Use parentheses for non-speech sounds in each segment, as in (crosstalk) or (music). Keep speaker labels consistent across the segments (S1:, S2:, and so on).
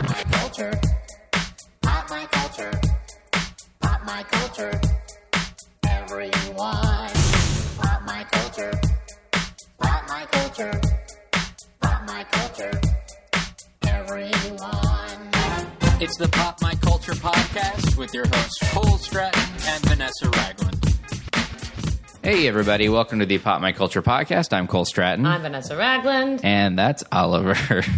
S1: culture. Pop my culture. Pop my culture. Everyone. Pop my culture. Pop my culture. Pop my culture. Everyone.
S2: It's the Pop My Culture podcast with your hosts Cole Stratton and Vanessa Ragland.
S3: Hey, everybody. Welcome to the Pop My Culture Podcast. I'm Cole Stratton.
S4: I'm Vanessa Ragland.
S3: and that's Oliver. (laughs)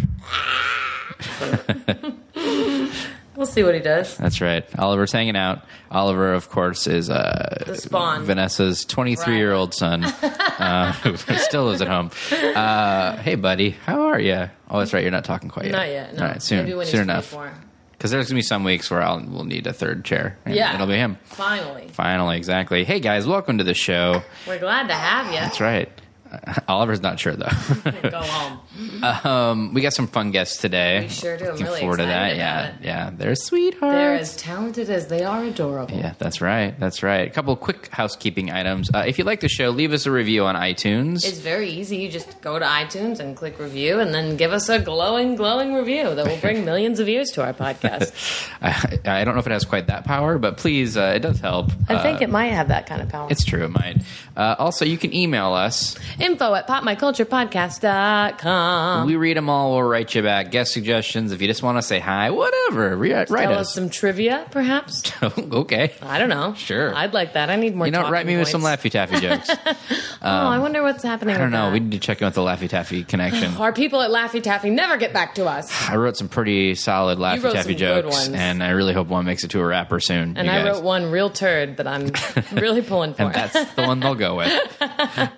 S4: We'll see what he does.
S3: that's right. Oliver's hanging out. Oliver, of course, is uh,
S4: The spawn.
S3: Vanessa's 23 year old
S4: (laughs)
S3: son uh, (laughs) who still lives at home. Uh, hey, buddy. How are you? Oh, that's right. You're not talking quite yet.
S4: Not yet. No.
S3: All right. Soon.
S4: Maybe when
S3: soon
S4: he's
S3: enough.
S4: 24.
S3: Because there's going to be some weeks where I'll, we'll need a third chair. and
S4: Yeah.
S3: It'll be him.
S4: Finally.
S3: Finally, exactly. Hey, guys. Welcome to the show.
S4: We're glad to have you.
S3: That's right. Uh, (laughs) Oliver's not sure, though. (laughs)
S4: Go home.
S3: Um, we got some fun guests today.
S4: We sure do. I'm
S3: Looking
S4: really
S3: forward to that.
S4: excited about
S3: Yeah,
S4: it.
S3: yeah. They're sweethearts.
S4: They're as talented as they are adorable.
S3: yeah, that's right. That's right. A couple quick housekeeping items. Uh, if you like the show, leave us a review on iTunes.
S4: It's very easy. You just go to iTunes and click review and then give us a glowing, glowing review that will
S3: (laughs)
S4: bring millions of views to our podcast.
S3: I, I don't know if it has quite that power, but please, uh, it does help.
S4: I
S3: Uh,
S4: think it might have that kind of power.
S3: it's true, it might. Uh, also, you can email us.
S4: Info at popmyculturepodcast.com.
S3: We read them all. We'll write you back. Guest suggestions. If you just want to say hi, whatever. Re- write
S4: Tell us
S3: us.
S4: some trivia, perhaps.
S3: (laughs) okay.
S4: (laughs) I don't know.
S3: Sure.
S4: I'd like that. I need more
S3: You know, what? write
S4: talking
S3: me with some
S4: points.
S3: Laffy Taffy
S4: (laughs)
S3: jokes.
S4: Oh, I wonder what's happening
S3: I don't
S4: with
S3: know.
S4: that.
S3: We need to check in with the Laffy Taffy connection.
S4: Our people at Laffy Taffy never get back to us.
S3: I wrote some pretty solid Laffy
S4: wrote
S3: Taffy
S4: some good
S3: jokes,
S4: ones.
S3: and I really hope one makes it to a rapper soon.
S4: And
S3: you
S4: I
S3: guys.
S4: wrote one real turd that
S3: (laughs)
S4: I'm really pulling for.
S3: And that's
S4: (laughs)
S3: the one they'll go with.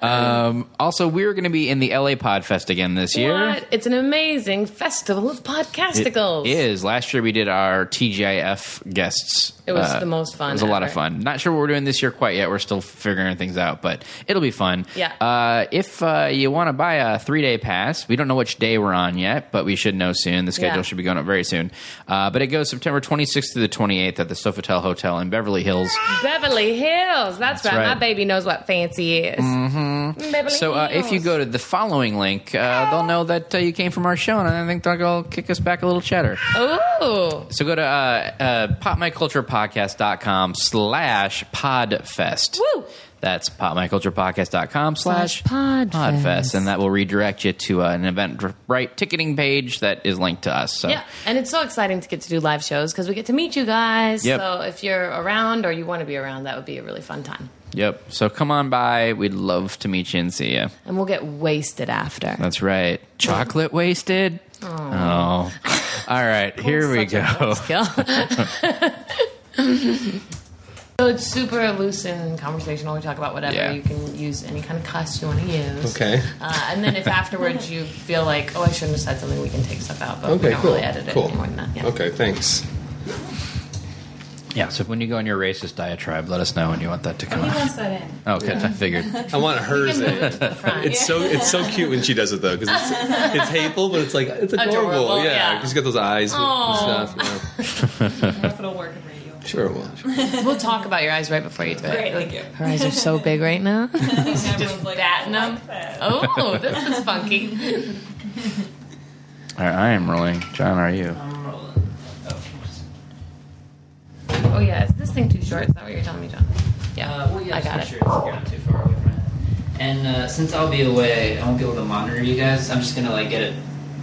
S3: Um, also, we're going to be in the LA Podfest again this year.
S4: What? It's an amazing festival of
S3: It
S4: podcasticles.
S3: is. Last year we did our TGIF guests. Uh,
S4: It was the most fun
S3: It was a lot of
S4: ever.
S3: fun. Not sure what we're doing this year quite yet. We're still figuring things out, but it'll be fun.
S4: Yeah.
S3: Uh, if uh, you want to buy a three day pass, we don't know which day we're on yet, but we should know soon. The schedule
S4: Yeah.
S3: should be going up very soon. Uh, but it goes September 26th to the 28th at the Sofitel Hotel in Beverly Hills.
S4: Beverly Hills. That's, right.
S3: right.
S4: My baby knows what fancy is. Mm-hmm. Beverly
S3: So uh, if you
S4: Hills.
S3: go to the following link, uh, they'll know that uh, you came from our show, and I think they'll kick us back a little cheddar.
S4: Ooh.
S3: So go to uh, uh, popmyculturepodcast.com slash podfest.
S4: Woo!
S3: That's popmyculturepodcast.com slash
S4: Slash podfest.
S3: podfest. And that will redirect you to uh, an event right ticketing page that is linked to us. So
S4: Yeah, and it's so exciting to get to do live shows because we get to meet you guys.
S3: Yep.
S4: So if you're around or you want to be around, that would be a really fun time.
S3: Yep. So come on by. We'd love to meet you and see you.
S4: And we'll get wasted after.
S3: That's right. Chocolate wasted. Oh. (laughs) All right. Here we
S4: such a
S3: go.
S4: Kill.
S3: (laughs)
S4: so it's super loose and conversational. We talk about whatever.
S3: Yeah.
S4: You can use any kind of cuss you want to use.
S5: Okay.
S4: Uh, and then
S5: (laughs)
S4: if afterwards you feel like, oh, I shouldn't have said something, we can take stuff out. But we
S5: Okay,
S4: don't
S5: cool.
S4: really edit it
S5: cool.
S4: any more than that. Yeah.
S5: Okay, thanks.
S3: Yeah. So when you go on your racist diatribe, let us know when you want that to come
S6: He
S3: out.
S6: wants that in.
S3: Oh, good. I figured.
S5: I want hers in.
S4: (laughs) To the front.
S5: (laughs) It's so it's so cute when she does it though because it's, it's hateful, but it's like it's adorable.
S4: Adorable,
S5: yeah,
S4: yeah.
S5: she's got those eyes and-
S4: Aw.
S5: and stuff. Yeah.
S6: I don't know if it'll work in radio.
S5: (laughs) Sure, well,
S4: (laughs) We'll talk about your eyes right before you do it.
S6: Great, thank you.
S4: Her eyes are so big right
S6: (laughs)
S4: now. (laughs)
S6: Everyone's like,
S4: batting
S6: I
S4: them.
S6: like that.
S4: Oh, this is funky.
S6: (laughs)
S3: All right, I am rolling. John, are you?
S4: Oh yeah, is this thing too short? Is that what you're telling me, John? Yeah,
S7: Uh, well, yeah,
S4: I
S7: just
S4: got
S7: make
S4: it.
S7: sure it's not too far away from it. And uh, since I'll be away, I won't be able to monitor you guys. I'm just gonna like get it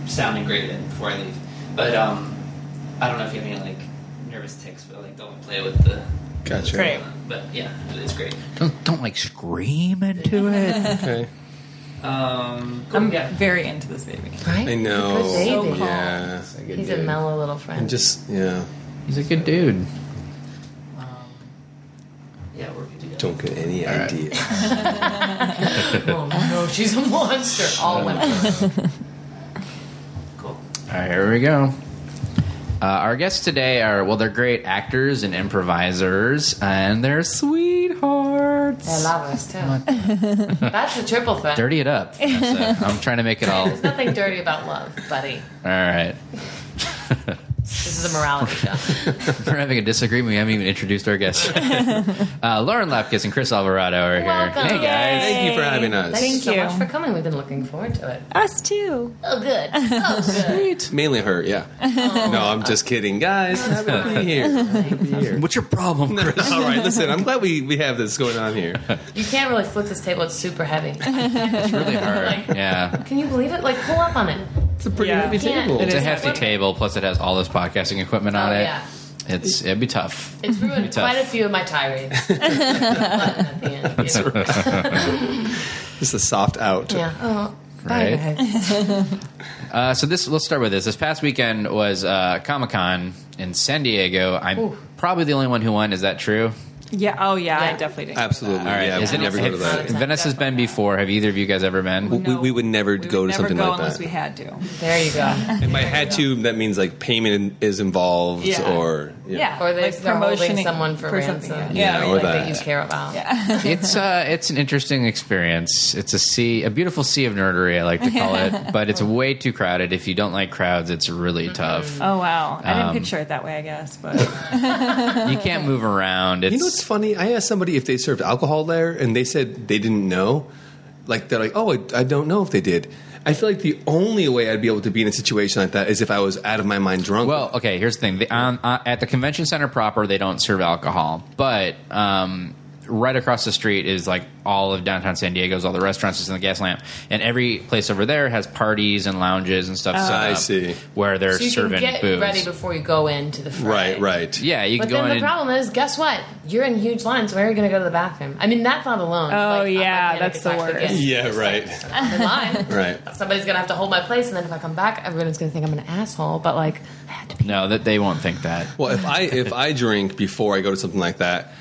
S7: sounding great then before I leave. But um, I don't know if you have any like nervous ticks, but like don't play with the.
S5: Gotcha.
S6: Great.
S7: But yeah, it is great.
S3: Don't don't like scream into it.
S5: Okay.
S7: Um,
S6: I'm
S7: yeah.
S6: very into this baby.
S4: Right?
S5: I know.
S4: Good
S6: So
S4: baby.
S6: calm.
S5: Yeah.
S4: He's a mellow little friend.
S5: And just yeah,
S3: (laughs) He's a good dude.
S7: Um, yeah, we're good to go.
S5: don't get any
S3: right.
S5: idea.
S4: (laughs) oh no, she's a monster. All women.
S7: Cool.
S3: All right, here we go. Uh, our guests today are well, they're great actors and improvisers, and they're
S4: They
S3: sweethearts.
S4: love us too. (laughs) That's a triple threat.
S3: Dirty it up.
S4: (laughs)
S3: Vanessa. I'm trying to make it all. All
S4: There's nothing dirty about love, buddy.
S3: right.
S4: This is a morality
S3: (laughs)
S4: show.
S3: We're having a disagreement. We haven't even introduced our
S4: (laughs)
S3: guests. uh, Lauren Lapkus and Chris Alvarado are here.
S4: Welcome.
S3: Hey guys.
S5: (laughs) Thank you for having us.
S4: Thank you so
S6: you.
S4: much for coming. We've been looking forward to it.
S6: Us too.
S4: Oh, good. (laughs) Oh, good.
S5: Mainly her, yeah. No, I'm just kidding, guys. Happy
S4: (laughs)
S5: to be here. Happy to be here.
S3: What's your problem, Chris?
S5: All right, listen. I'm glad we, we have this going on here.
S4: You can't really flip this table. It's super heavy.
S3: It's really hard.
S4: Like- (laughs)
S3: Yeah.
S4: Can you believe it? Like, pull up on it.
S5: It's a pretty
S6: Yeah.
S5: heavy
S4: Yeah.
S5: table.
S6: It
S3: It's a
S6: is.
S3: hefty table, plus it has all this podcasting equipment on
S4: Oh,
S3: it.
S4: yeah.
S3: It's it'd be tough.
S4: It's ruined
S3: tough.
S4: quite a few of my tirades.
S3: (laughs)
S4: At the end, you know.
S5: It's a soft out.
S4: Yeah. Oh,
S3: Right. Uh, so this let's start with this. This past weekend was uh, Comic Con in San Diego. I'm
S4: Ooh.
S3: probably the only one who won. Is that true?
S6: Yeah. Oh yeah. I
S4: Yeah.
S6: definitely did.
S5: Absolutely.
S3: All right.
S5: Yeah,
S3: Is
S5: we
S3: it-
S5: never go to
S3: if-
S5: that.
S3: Venice has been before. Have either of you guys ever been?
S5: We, we would never
S6: We
S5: go to
S6: would never
S5: something
S6: go
S5: like
S6: unless
S5: that.
S6: we had to.
S4: there you go.
S5: and by had to, that means like payment is involved
S6: Yeah.
S5: or
S6: Yeah.
S4: Or they,
S6: like
S4: they're holding
S6: promotioning
S4: someone for, ransom.
S6: something, yeah.
S5: Yeah,
S4: like,
S5: or
S4: that.
S5: that.
S4: you care
S3: (laughs)
S4: about.
S6: (laughs)
S3: it's uh, it's an interesting experience. It's a sea, a beautiful sea of nerdery, I like to call it. But it's way too crowded. If you don't like crowds, it's really tough.
S6: Oh wow. I
S5: Um,
S6: didn't picture it that way. I guess, but
S3: You can't move around. It's,
S5: You know what's funny? I asked somebody if they served alcohol there, and they said they didn't know. Like they're like, oh, I, I don't know if they did. I feel like the only way I'd be able to be in a situation like that is if I was out of my mind drunk.
S3: Well, okay. Here's the thing: the, um, uh, at the convention center proper, they don't serve alcohol, but um, right across the street is like all of downtown San Diego's, all the restaurants, is in the gas lamp, and every place over there has parties and lounges and stuff. set
S5: Ah, I
S3: up
S5: see.
S3: Where they're
S4: So you
S3: serving
S4: can get
S3: booze.
S4: ready before you go into the fray.
S5: right, right.
S3: yeah, you
S4: But
S3: can go
S4: then
S3: in.
S4: the
S3: and,
S4: problem is, guess what? You're in huge lines. where are you going to go to the bathroom? I mean, that thought alone.
S6: Oh,
S4: like, I'm
S6: yeah,
S4: like,
S6: that's
S4: panic
S6: the
S4: attacks
S6: worst.
S4: again.
S5: (laughs) Yeah, right.
S4: I'm
S3: (laughs)
S4: in line.
S5: Right.
S4: Somebody's going to have to hold my place, and then if I come back, everyone's going to think I'm an asshole. But like, I had to pee.
S3: no, that they won't think that.
S5: Well, if I if I drink before I go to something like that,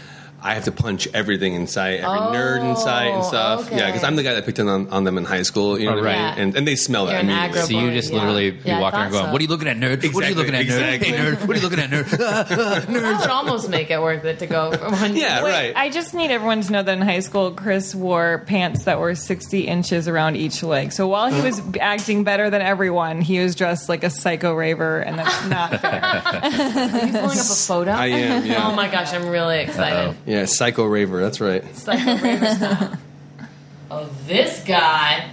S5: I have to punch everything in sight, every nerd in sight and stuff.
S4: okay.
S5: Yeah, because I'm the guy that picked in on, on them in high school. You know
S3: Oh,
S5: what I
S4: right.
S5: mean? And, and they smell
S4: You're
S5: that.
S4: an
S5: immediately.
S4: aggro
S3: So you just
S4: Yeah.
S3: literally be
S4: Yeah, I
S3: walking around
S4: thought
S3: going,
S4: so.
S3: "What are you looking at, nerd? What are you
S5: Exactly,
S3: looking at, nerd?
S5: exactly.
S3: Hey, nerd? What are you looking at,
S5: (laughs)
S3: nerd?"
S4: That would almost make it worth it to go from
S3: (laughs)
S4: one.
S5: Yeah,
S6: Wait,
S5: (laughs) right.
S6: I just need everyone to know that in high school, Chris wore pants that were 60 inches around each leg. So while he was
S5: Oh.
S6: acting better than everyone, he was dressed like a psycho raver, and
S5: (laughs)
S6: that's not fair.
S4: Are you pulling up a photo?
S5: I am. Yeah.
S4: Oh my gosh, I'm really excited.
S5: Yeah, psycho raver. That's right.
S4: It's like a raver style. Oh, this guy.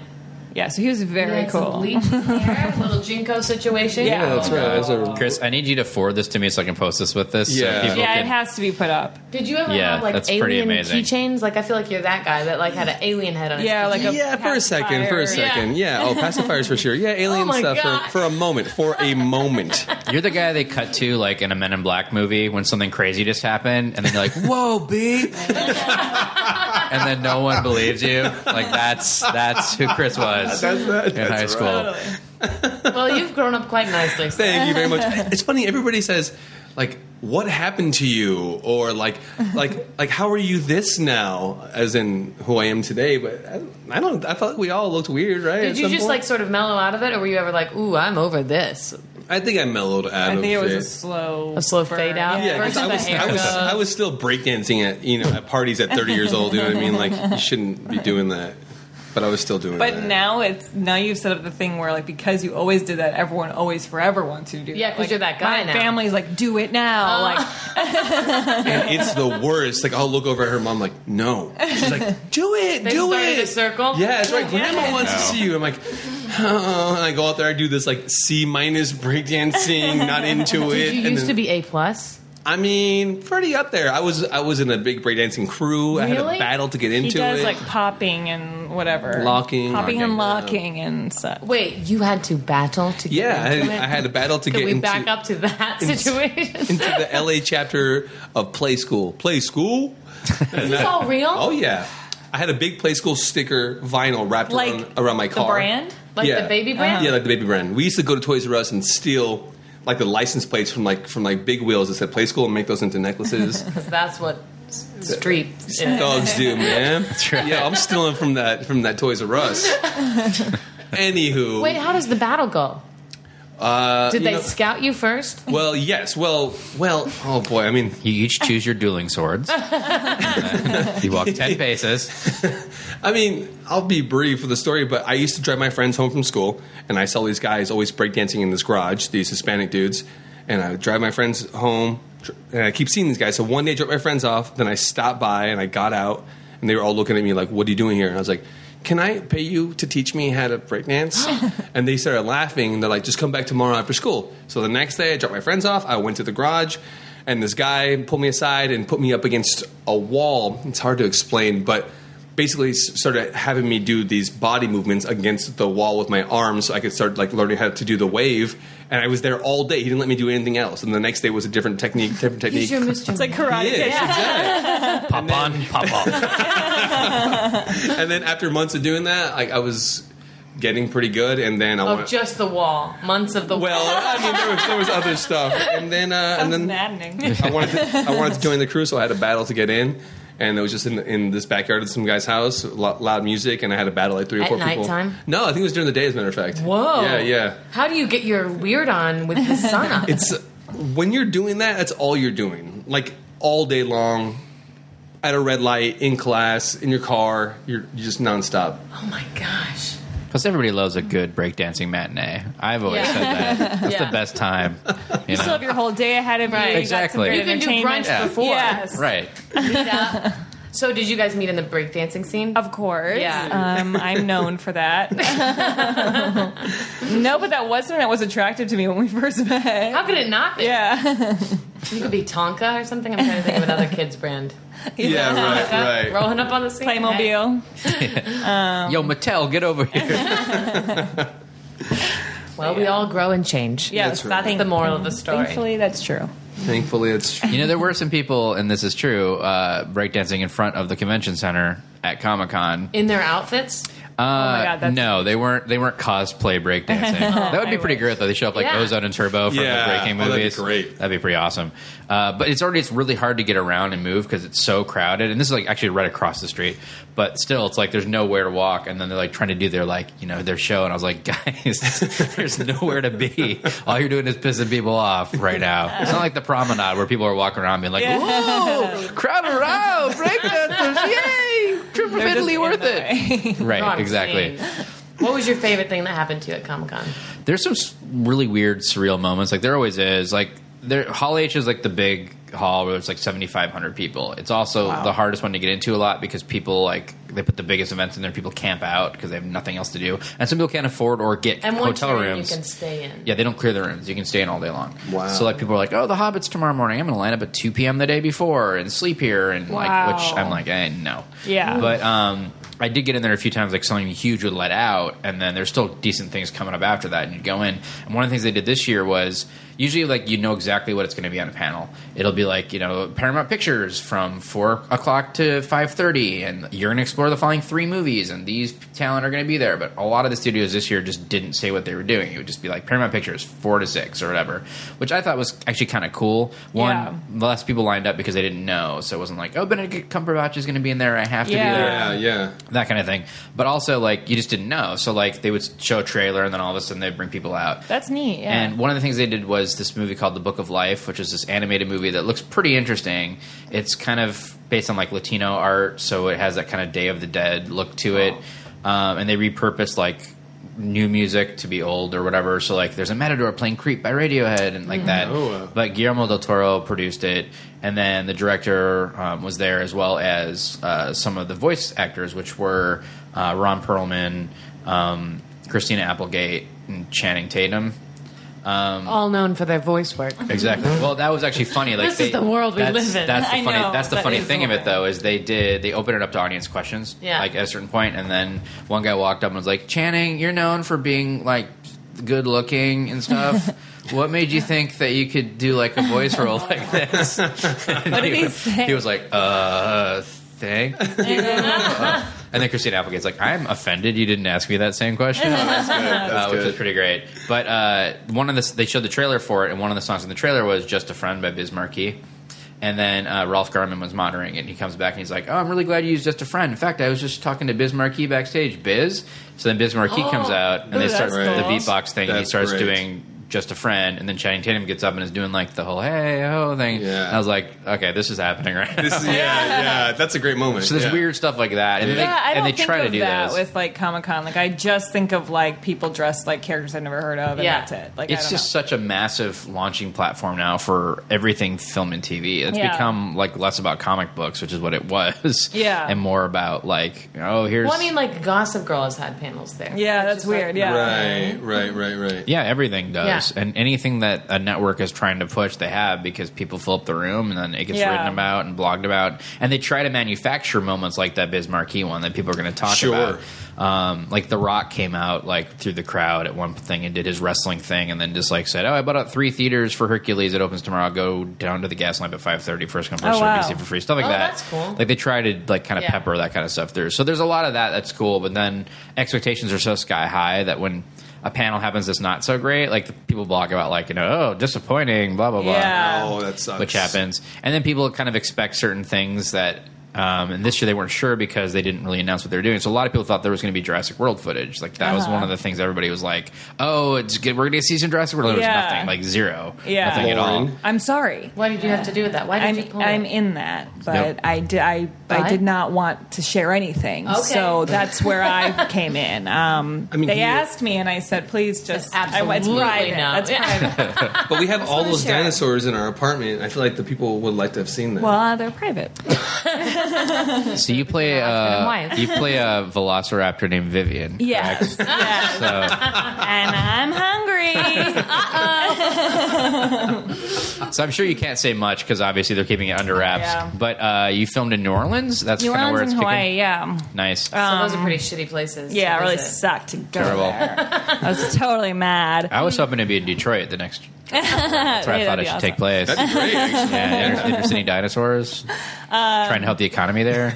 S6: Yeah, so he was very
S4: Nice
S6: cool.
S4: bleached hair, little Jinko situation.
S6: Yeah,
S5: Yeah, that's right. That's a-
S3: Chris, I need you to forward this to me so I can post this with this.
S5: Yeah.
S3: so people
S6: Yeah,
S3: can,
S6: it has to be put up.
S4: Did you ever
S3: Yeah,
S4: have like
S3: that's pretty
S4: alien
S3: amazing.
S4: keychains? Like I feel like you're that guy that like had an alien head on his
S6: Yeah, like a
S5: yeah, for a second, for
S6: pacifier.
S5: a second. Yeah, oh, pacifiers for sure. Yeah,
S4: Oh
S5: alien
S4: my
S5: stuff
S4: God.
S5: for, for a moment, for a moment.
S3: You're the guy they cut to like in a Men in Black movie when something crazy just happened, and then you're like, "Whoa, B!" and then no one believes you. Like that's that's who Chris was in high school.
S4: Well, you've grown up quite nicely. So.
S5: Thank you very
S6: (laughs)
S5: much. It's funny. Everybody says like. What happened to you, or like,
S6: (laughs)
S5: like, like, how are you this now? As in who I am today, but I, I don't. I felt like we all looked weird, right? at
S4: Did you
S5: some
S4: just
S5: point?
S4: like sort of mellow out of it, or were you ever like, "Ooh, I'm over this"?
S5: I think I mellowed out.
S6: I
S5: of
S6: think it was a slow,
S4: A slow
S6: burn.
S4: fade out?
S5: Yeah, 'cause
S4: Versus
S5: I was,
S4: the
S5: I was,
S4: haircut.
S5: I was still breakdancing at you know at parties at 30 years old. You know what I mean? Like you shouldn't be doing that, but I was still doing.
S6: But
S5: that.
S6: now it's now you've set up the thing where like because you always did that, everyone always forever wants you to do.
S4: Yeah,
S6: that.
S4: 'cause
S6: Like,
S4: you're that guy
S6: My
S4: now. Uh-huh.
S6: family's like, do it now. like
S5: and it's the worst. Like I'll look over at her mom, like no. She's like, do it,
S4: They
S5: do
S4: started
S5: it.
S4: a circle?
S5: Yeah, that's right. Grandma wants to see you. I'm like, oh, and I go out there. I do this like C minus breakdancing, not into it.
S4: Did you
S5: and
S4: used
S5: then-
S4: to be A plus?
S5: I mean, pretty up there. I was I was in a big breakdancing crew. I had
S4: Really?
S5: a battle to get into
S6: he does
S5: it.
S6: like popping and whatever,
S5: Locking.
S6: popping and
S5: Locking,
S6: locking and such.
S4: Wait, you had to battle to get
S5: yeah, I,
S4: into (laughs) it?
S5: I had a battle to
S4: Can
S5: get
S4: we
S5: into.
S4: back up to that situation? (laughs)
S5: into the LA chapter of Play School. Play School?
S4: (laughs) Is this all real?
S5: Oh yeah, I had a big Play School sticker vinyl wrapped
S6: Like
S5: around, around my car.
S6: The brand.
S4: Like
S5: yeah.
S4: the baby brand?
S5: Yeah, like the baby brand. We used to go to Toys R Us and steal like the license plates from like from like big wheels that said Play School and make those
S4: (laughs)
S5: into necklaces.
S4: 'Cause that's what s- street is.
S5: Dogs do, man.
S3: right.
S5: Yeah, I'm stealing from that from that Toys R Us.
S4: (laughs)
S5: Anywho,
S4: Wait, how does the battle go?
S5: uh,
S4: Did
S5: you
S4: they
S5: know-
S4: scout you first?
S5: well, yes. Well, well. Oh boy. I mean,
S3: You each choose your dueling swords. you walk ten paces.
S5: I mean, I'll be brief with the story, but I used to drive my friends home from school, and I saw these guys always breakdancing in this garage, these Hispanic dudes. and I would drive my friends home, dr- and I keep seeing these guys. So one day, I dropped my friends off. Then I stopped by and I got out, and they were all looking at me like, "What are you doing here?" And I was like. Can I pay you to teach me how to breakdance? and they started laughing. And they're like, just come back tomorrow after school. So the next day, I dropped my friends off. I went to the garage, and this guy pulled me aside and put me up against a wall. It's hard to explain, but basically s- started having me do these body movements against the wall with my arms so I could start like learning how to do the wave. And I was there all day. He didn't let me do anything else. And the next day was a different technique, different technique.
S4: He's your Mr.
S6: It's like karate.
S5: He is,
S6: Kid.
S5: exactly.
S3: Pop on, pop off.
S5: (laughs) and then after months of doing that, like I was getting pretty good. And then I
S4: Oh,
S5: went-
S4: just the wall. Months of the
S5: well,
S4: wall.
S5: I mean there was, there was other stuff. And then uh, and
S6: That's
S4: (laughs)
S5: then
S6: maddening.
S5: I wanted to, I wanted to join the crew, so I had a battle to get in. And it was just in, in this backyard of some guy's house, lo- loud music, and I had a battle like three or
S4: At
S5: four people.
S4: nighttime?
S5: No, I think it was during the day, as a matter of fact.
S4: Whoa.
S5: Yeah, yeah.
S4: How do you get your weird on with
S6: (laughs)
S4: the sun up?
S5: It's when you're doing that, that's all you're doing, like all day long, at a red light, in class, in your car, you're, you're just nonstop.
S4: oh my gosh.
S3: Plus, everybody loves a good breakdancing matinee. I've always
S4: Yeah.
S3: said that. That's
S4: Yeah.
S3: the best time. You
S6: You still
S3: know?
S6: have your whole day ahead of you.
S4: Right.
S6: You got some
S3: Exactly.
S6: great
S3: You
S4: can do brunch
S6: entertainment.
S4: Yeah. before.
S6: Yes.
S3: Right.
S4: Yeah. so, did you guys meet in the breakdancing scene?
S6: Of course.
S4: Yeah.
S6: Um, I'm known
S4: (laughs)
S6: for that. no, but that was something that was attractive to me when we first met.
S4: How could it not be? (laughs)
S6: yeah.
S4: You could be Tonka or something. I'm trying to think of another kids brand.
S5: Yeah, right, right.
S4: Rolling up on the scene.
S6: Playmobil.
S3: Yo, Mattel, get over here.
S4: Hey. Well, we all grow and change.
S6: Yes,
S5: That's right.
S4: That's the moral of the story.
S6: Thankfully, that's true.
S5: Thankfully,
S6: (laughs)
S5: it's
S3: you know, there were some people, and this is true, uh, breakdancing in front of the convention center at Comic Con.
S4: In their outfits?
S6: Oh my God,
S3: Uh,
S6: that's-
S3: no, they weren't. They weren't cosplay
S6: (laughs)
S3: breakdancing. that would be
S6: I
S3: pretty
S6: wish.
S3: great though. They show up like
S4: Yeah.
S3: Ozone and Turbo from
S5: Yeah.
S3: the breaking
S5: Oh, that'd be
S3: movies.
S5: great.
S3: That'd be pretty awesome. Uh, but it's already it's really hard to get around and move because it's so crowded. And this is like actually right across the street. But still, it's like there's nowhere to walk. And then they're like trying to do their like you know their show. And I was like, (laughs) guys, there's nowhere to be. All you're doing is pissing people off right now. It's not like the promenade where people are walking around being like,
S6: Yeah.
S3: "Whoa, crowd around, breakdancers, yay, triple
S6: They're just
S3: Italy
S6: in
S3: worth
S6: the
S3: it."
S6: way.
S3: (laughs) Right,
S4: Wrong
S3: exactly.
S4: scene. What was your favorite thing that happened to you at Comic Con?
S3: There's some s- really weird, surreal moments. Like there always is. Like there, Hall H is like the big hall where there's like 7,500 people. It's also the hardest one to get into a lot because people like they put the biggest events in there. People camp out because they have nothing else to do, and some people can't afford or get
S4: And once
S3: hotel
S4: you're in,
S3: rooms.
S4: you can stay in.
S3: Yeah, they don't clear the rooms. You can stay in all day long.
S5: Wow.
S3: So like people are like, oh, the Hobbit's tomorrow morning. I'm going to line up at 2 p.m. the day before and sleep here and like, which
S6: Wow.
S3: I'm like, eh, no.
S6: Yeah.
S3: But um, I did get in there a few times. Like something huge would let out, and then there's still decent things coming up after that, and you'd go in. And one of the things they did this year was usually like you know exactly what it's going to be on a panel. It'll be like you know Paramount Pictures from four o'clock to five thirty, and you're going to explore the following three movies, and these talent are going to be there. But a lot of the studios this year just didn't say what they were doing. It would just be like Paramount Pictures four to six or whatever, which I thought was actually kind of cool. One,
S6: Yeah.
S3: less people lined up because they didn't know, so it wasn't like oh Benedict Cumberbatch is going to be in there. I have to be
S6: Yeah.
S3: there
S5: yeah, yeah.
S3: that kind of thing. But also, like, you just didn't know. So, like, they would show a trailer, and then all of a sudden they'd bring people out.
S6: That's neat. Yeah.
S3: And one of the things they did was this movie called The Book of Life, which is this animated movie that looks pretty interesting. It's kind of based on like Latino art, so it has that kind of Day of the Dead look to it. Um, and they repurposed like new music to be old or whatever. So like there's a Matador playing Creep by Radiohead and like that.
S5: Oh, wow.
S3: But Guillermo del Toro produced it, and then the director um, was there as well as uh, some of the voice actors, which were uh, Ron Perlman, um, Christina Applegate, and Channing Tatum.
S4: All known for their voice work.
S3: (laughs) Exactly. Well, that was actually funny. Like
S4: This is the world we
S3: that's-
S4: live in.
S3: That's the
S6: I
S3: funny.
S6: know,
S3: that's the
S6: that
S3: funny
S6: is
S3: thing
S6: the
S3: of it,
S6: world.
S3: though, is they did they opened it up to audience questions.
S4: Yeah.
S3: Like at a certain point, and then one guy walked up and was like, "Channing, you're known for being like good looking and stuff. what made you think that you could do like a voice role like this?" (laughs) what
S6: did he say?
S3: He was like, "Uh, thank." you." Uh, (laughs) and then Christine Applegate's like, "I'm offended. You didn't ask me that same question."
S5: (laughs)
S3: uh, which
S5: good.
S3: was pretty great. But uh, one of the they showed the trailer for it, and one of the songs in the trailer was "Just a Friend" by Biz Markie. And then uh, Ralph Garman was monitoring it, and he comes back and he's like, "Oh, I'm really glad you used Just a Friend. In fact, I was just talking to Biz Markie backstage. Biz." So then Biz Markie comes out, and
S6: Ooh,
S3: they start
S6: Oh, that's
S3: the
S6: cool.
S3: beatbox thing, and he
S5: That's
S3: starts
S5: great.
S3: doing just a friend, and then Channing Tatum gets up and is doing like the whole hey ho thing.
S5: Yeah.
S3: And I was like, okay, this is happening right now.
S5: This is, yeah,
S6: (laughs)
S5: yeah, that's a great
S3: (laughs)
S5: moment.
S3: so there's
S5: yeah.
S3: weird stuff like that, and, they,
S6: yeah, I don't
S3: and they
S6: think
S3: try
S6: of
S3: to do
S6: that
S3: those.
S6: with like Comic Con. Like I just think of like people dressed like characters I've never heard of, and
S4: Yeah.
S6: that's it. Like I
S3: it's
S6: don't
S3: just such a massive launching platform now for everything film and TV. It's
S6: Yeah.
S3: become like less about comic books, which is what it (laughs) was,
S6: Yeah.
S3: and more about like oh here's
S4: Well, I mean, like Gossip Girl has had panels there.
S6: know. yeah,
S4: It's
S6: that's
S4: just like-
S6: weird. yeah,
S5: Right, right, right, right.
S3: yeah everything does,
S4: Yeah.
S3: and anything that a network is trying to push, they have because people fill up the room and then it gets
S6: Yeah.
S3: written about and blogged about, and they try to manufacture moments like that Biz Marquee one that people are going to talk
S5: Sure.
S3: about. Um, like The Rock came out like through the crowd at one thing and did his wrestling thing, and then just like said, "Oh, I bought out three theaters for Hercules. It opens tomorrow. Go down to the gas lamp at five thirty. First come, first
S6: Oh,
S3: served. You
S6: wow.
S3: see it for free. Stuff like
S4: Oh,
S3: that.
S4: that's cool.
S3: Like they try to like kind of
S4: Yeah.
S3: pepper that kind of stuff through. So there's a lot of that. That's cool. But then expectations are so sky high that when a panel happens that's not so great, like the people blog about like you know, oh, disappointing, blah blah blah
S6: Yeah.
S5: Oh, that sucks.
S3: which happens. And then people kind of expect certain things that, um, and this year they weren't sure because they didn't really announce what they were doing. So a lot of people thought there was going to be Jurassic World footage. Like that was
S6: Uh-huh.
S3: one of the things everybody was like, "Oh, it's good. We're going to see some Jurassic World." There
S6: Yeah.
S3: was nothing, like zero,
S6: Yeah.
S3: nothing at all.
S5: Boring.
S6: I'm sorry.
S4: What did you have to do with that? Why did
S6: I'm,
S4: you pull?
S6: I'm
S4: it?
S6: in that, but
S3: Yep.
S6: I did I,
S4: But?
S6: I did not want to share anything.
S4: Okay.
S6: So that's where I came in. Um,
S5: I mean,
S6: they
S5: he-
S6: asked me, and I said, "Please just I, it's
S4: Absolutely
S6: private.
S4: not.
S6: That's
S4: Yeah.
S6: private.
S5: (laughs) But we have all
S6: wanna
S5: those
S6: share it.
S5: dinosaurs in our apartment. I feel like the people would like to have seen that.
S6: well, uh, they're private.
S3: So you play,
S4: and
S3: uh,
S4: white.
S3: you play
S6: (laughs)
S3: a Velociraptor named Vivian.
S6: Yes, (laughs) yes.
S3: So,
S6: and I'm
S3: (laughs)
S6: hungry.
S3: so I'm sure you can't say much because obviously they're keeping it under wraps.
S6: Yeah.
S3: But uh, you filmed in New Orleans. That's
S6: New
S3: kind of where
S6: Orleans
S3: it's
S6: and Hawaii, Um,
S3: picking.
S6: yeah,
S3: Nice.
S4: So those are pretty shitty places.
S6: yeah,
S4: to
S6: it really
S4: visit.
S6: sucked to go
S3: Terrible.
S6: there. (laughs) I was totally mad.
S3: I was hoping to be in Detroit the
S6: (laughs)
S3: next. That's where I
S6: Yeah,
S3: thought
S6: that'd
S3: it
S6: be
S3: should
S6: awesome. Um,
S3: take place.
S5: That'd be great. Actually.
S3: (laughs) Yeah,
S6: (laughs)
S3: inter- inter- city dinosaurs. trying to help the economy
S6: (laughs)
S3: there.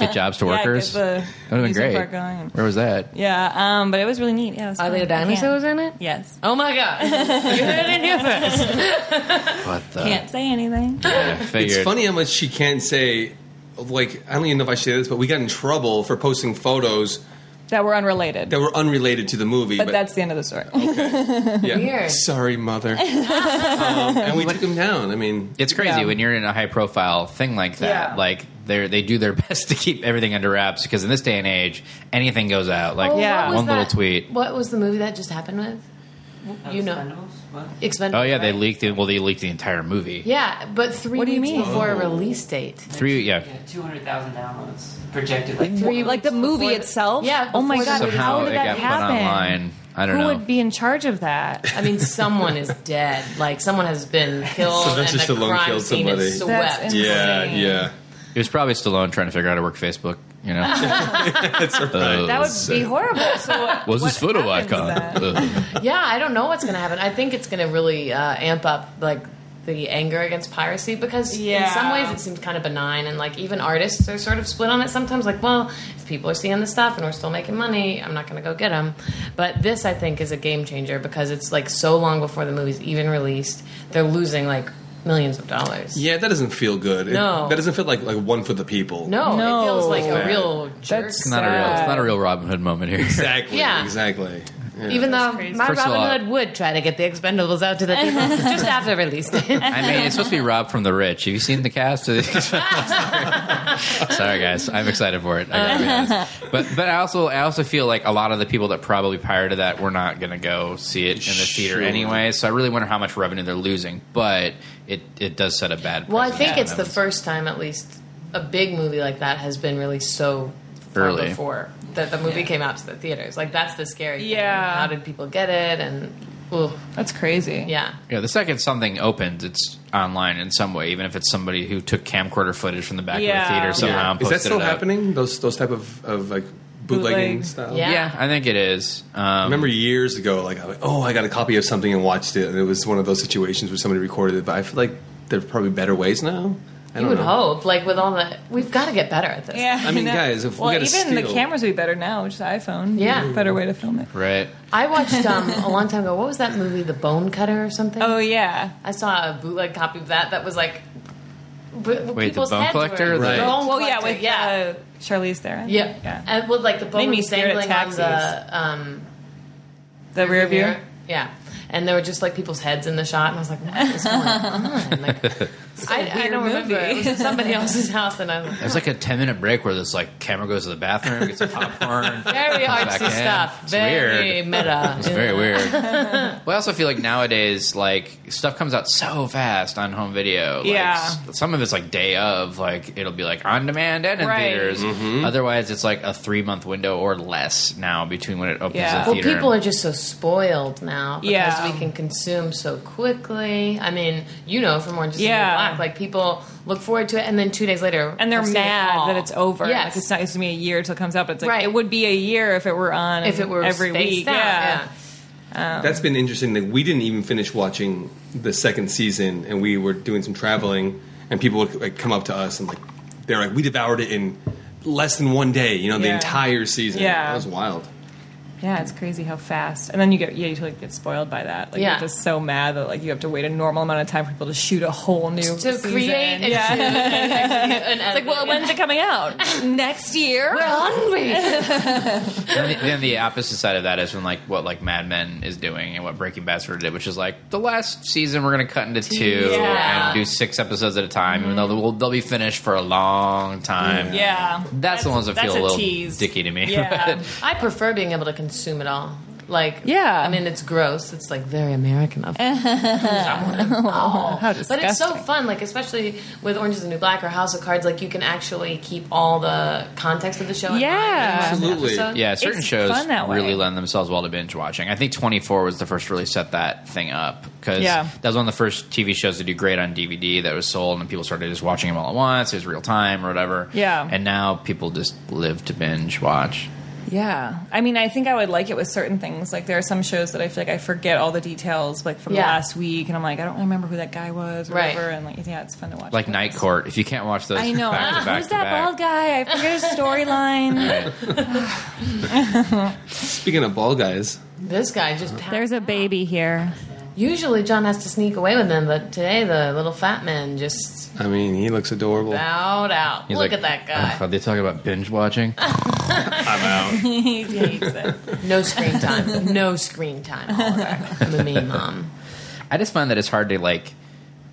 S3: Get jobs to workers.
S6: Yeah,
S3: that
S6: get the
S3: would have been
S6: music
S3: great.
S6: part going.
S3: Where was that?
S6: Yeah, um, but it was really neat. Yeah, it was
S4: Are
S6: fun.
S4: there
S6: I can't-
S4: dinosaurs in it?
S6: Yes. (laughs)
S4: Oh my (laughs) god! you heard it here first.
S3: What the?
S6: Can't say anything.
S3: (laughs)
S6: (laughs)
S3: Yeah,
S5: It's
S3: figured.
S5: funny how much she can't say. Like I don't even know if I should say this, but we got in trouble for posting photos
S6: that were unrelated.
S5: that were unrelated to the movie.
S6: but that's the end of
S3: (laughs)
S6: the story.
S5: yeah.
S4: Weird.
S5: Sorry,
S4: (laughs)
S5: mother. um, and we took them down. I mean,
S3: It's crazy
S6: Yeah.
S3: when you're in a high profile thing like that.
S6: Yeah.
S3: Like they they do their (laughs) best to keep everything under wraps because in this day and age, anything goes out. Like
S6: Yeah.
S4: What was
S3: one little
S4: that-
S3: tweet.
S4: What was the movie that just happened with? You know,
S7: Expendables? What?
S4: Expendables.
S3: Oh yeah, they
S4: right?
S3: leaked the well they leaked the entire movie.
S4: Yeah, but three
S6: What do you
S4: weeks
S6: mean?
S3: Oh.
S4: before release date.
S3: Three yeah.
S7: Yeah, 200,000 downloads. Projected like
S4: Three
S6: Like the
S4: weeks
S6: movie
S4: before the-
S6: itself?
S4: Yeah.
S6: Oh my
S4: before
S6: God,
S4: the-
S3: Somehow
S6: how
S3: it
S6: did that
S3: got put
S6: happen?
S3: online. I don't
S6: Who
S3: know.
S6: would be in charge of that?
S4: I mean, someone is dead. Like someone
S3: (laughs)
S4: has been killed,
S5: Sylvester
S4: and the
S5: Stallone
S4: crime
S5: killed
S4: scene is
S6: somebody. That's
S4: swept.
S6: insane.
S5: yeah,
S6: Insane.
S5: yeah.
S3: it was probably Stallone trying to figure out how to work Facebook. You
S6: (laughs)
S3: know,
S6: That would be horrible. So
S3: was this photo
S6: happens
S3: icon? Ugh.
S4: Yeah, I don't know what's going to happen. I think it's going to really uh, amp up like the anger against piracy because in
S6: Yeah.
S4: some ways it seems kind of benign and like even artists are sort of split on it sometimes like well if people are seeing the stuff and we're still making money i'm not going to go get them but this i think is a game changer because it's like so long before the movie's even released they're losing like millions of dollars
S5: Yeah, that doesn't feel good. It-
S4: No.
S5: that doesn't feel like like one for the people.
S4: no,
S6: No.
S4: it feels like a real jerk
S6: That's
S3: It's not a real. It's not a real Robin Hood moment here.
S5: exactly.
S4: Yeah.
S5: exactly. Yeah.
S4: even though my
S3: First of
S4: Robin
S3: all-
S4: Hood would try to get the Expendables out to the
S6: (laughs)
S4: people just after release date.
S3: I mean, it's
S4: (laughs)
S3: supposed to be Rob from the Rich. Have you seen the cast? of (laughs) the- Sorry, guys, I'm excited for it. I gotta be honest. But but I also I also feel like a lot of the people that probably pirated that were not gonna go see it in the theater
S5: Sure.
S3: anyway. So I really wonder how much revenue they're losing. But it it does set a bad.
S4: Well, I
S3: precedent
S4: think
S3: for
S4: it's the
S3: them.
S4: first time, at least, a big movie like that has been released so far
S3: Early.
S4: before that the movie came out to the theaters. Like that's the scary. thing.
S6: Yeah.
S4: How did people get it? And ooh,
S6: That's crazy.
S4: yeah.
S3: Yeah, the second something opens, it's online in some way, even if it's somebody who took camcorder footage from the back of
S6: Yeah.
S3: the theater
S6: Yeah.
S3: somehow. And
S5: is
S3: posted
S5: that still
S3: it up.
S5: happening? Those those type of of like bootlegging
S6: Bootleg.
S5: style.
S4: Yeah.
S3: Yeah, I think it is.
S5: I
S3: Um,
S5: remember years ago, like, I was like, oh, I got a copy of something and watched it, and it was one of those situations where somebody recorded it. But I feel like there's probably better ways now. I
S4: You
S5: don't
S4: would
S5: know.
S4: hope, like with all the, we've got to get better at this.
S6: Yeah,
S5: I mean,
S6: know.
S5: guys, if we
S6: well,
S5: gotta
S6: even the
S5: steal-
S6: cameras would be better now, which is the iPhone.
S4: Yeah.
S3: Mm-hmm.
S6: better way to film it.
S3: Right.
S4: I
S6: (laughs)
S4: watched um, a long time ago. What was that movie, The Bone Cutter or something?
S6: Oh yeah.
S4: I saw a bootleg copy of that. That was like, b-
S3: The
S4: people's
S3: Bone
S4: heads were-
S3: Collector?
S4: The
S5: Right.
S4: Bone
S6: Well, Oh, yeah,
S4: Collector,
S6: with
S4: yeah.
S6: Uh, Charlize Theron.
S4: yeah,
S6: yeah.
S4: and with like the um, bone
S6: Made me
S4: was
S6: scared of
S4: dangling on
S6: taxis.
S4: the um,
S6: The rear view.
S4: Yeah. and there were just like people's heads in the shot, and I was like, what is going
S3: (laughs)
S4: on? Like, I, I
S6: weird
S4: don't remember.
S6: movie.
S4: It was at
S6: (laughs)
S4: somebody else's house, and I was like,
S3: There's like a 10 minute break where this like camera goes to the bathroom, gets some popcorn. comes
S4: very
S3: back
S4: artsy
S3: in.
S4: stuff,
S3: It's
S4: very
S3: weird.
S4: meta.
S3: It's very
S6: (laughs)
S3: weird. well, I also feel like nowadays, like stuff comes out so fast on home video. Like,
S6: Yeah.
S3: s- Some of it's like day of, like it'll be like on demand and in
S6: Right.
S3: theaters. Otherwise, it's like a three month window or less now between when it opens
S6: Yeah.
S3: the
S4: Well,
S3: theater.
S4: people are just so spoiled now because
S6: Yeah.
S4: we can consume so quickly. I mean, you know, from Orange is
S6: Yeah.
S4: the New Black, like people look forward to it, and then two days later,
S6: and they're
S4: they've seen it all.
S6: mad that it's over.
S4: Yes.
S6: Like, it's not used to be a year till it comes out, but it's like
S4: Right.
S6: it would be a year if it were on
S4: if it were
S6: every
S4: spaced
S6: week.
S4: out,
S6: yeah.
S5: That's been interesting that we didn't even finish watching the second season, and we were doing some traveling, and people would like come up to us and like they're like, "We devoured it in less than one day," you know, the
S6: Yeah.
S5: entire season.
S6: Yeah.
S5: that was wild.
S6: Yeah, it's crazy how fast. And then you get yeah, you totally get spoiled by that. Like
S4: Yeah.
S6: you're just so mad that like you have to wait a normal amount of time for people to shoot a whole new
S4: to
S6: season.
S4: create and
S6: yeah.
S4: to- and execute (laughs) and
S6: It's
S4: edit
S6: like, well, (laughs)
S4: it.
S6: when's it coming
S4: (laughs)
S6: out? Next year.
S4: we're hungry.
S3: then, the, then the opposite side of that is when like what like Mad Men is doing and what Breaking Bad sort of did, which is like the last season we're going to cut into two
S4: Yeah.
S3: and do six episodes at a time, even though they'll, they'll be finished for a long time.
S6: Mm-hmm. Yeah.
S3: That's, the ones that
S6: that's
S3: feel a little
S6: tease.
S3: dicky to me. (laughs)
S6: Yeah.
S4: I prefer being able to consume it all. Like,
S6: Yeah.
S4: I mean, it's gross. It's like very American
S6: (laughs)
S4: of Oh.
S6: How
S4: But
S6: disgusting.
S4: it's so fun, like especially with Orange is the New Black or House of Cards, like you can actually keep all the context of the show. in mind when you
S6: Yeah.
S4: watch the
S5: Absolutely.
S4: episode.
S3: Yeah, certain
S6: It's
S3: shows
S6: fun that way.
S3: really lend themselves well to binge watching. I think 24 was the first to really set that thing up because
S6: Yeah.
S3: that was one of the first TV shows to do great on DVD that was sold and people started just watching them all at once. It was real time or whatever.
S6: Yeah.
S3: And now people just live to binge watch.
S6: Yeah. I mean, I think I would like it with certain things. Like there are some shows that I feel like I forget all the details like from the
S4: Yeah.
S6: last week and I'm like, I don't remember who that guy was or
S4: Right.
S6: whatever and like yeah, it's fun to watch.
S3: Like Night Court. If you can't watch those,
S6: I know. Uh, Ah,
S3: Back to back
S6: Who's
S3: to
S6: that
S3: back.
S6: bald guy? I forget his storyline.
S3: (laughs) Right.
S5: Speaking of ball guys,
S4: This guy just
S6: There's a baby here.
S4: usually John has to sneak away with them, but today the little fat man just
S5: I mean, he looks adorable.
S4: bowed out.
S3: He's
S4: Look
S3: like,
S4: at that guy.
S3: "Ugh, are they talking about binge watching?
S6: he hates it.
S4: No screen time. no screen time. Oliver. I'm a
S3: (laughs)
S4: mean mom.
S3: I just find that it's hard to like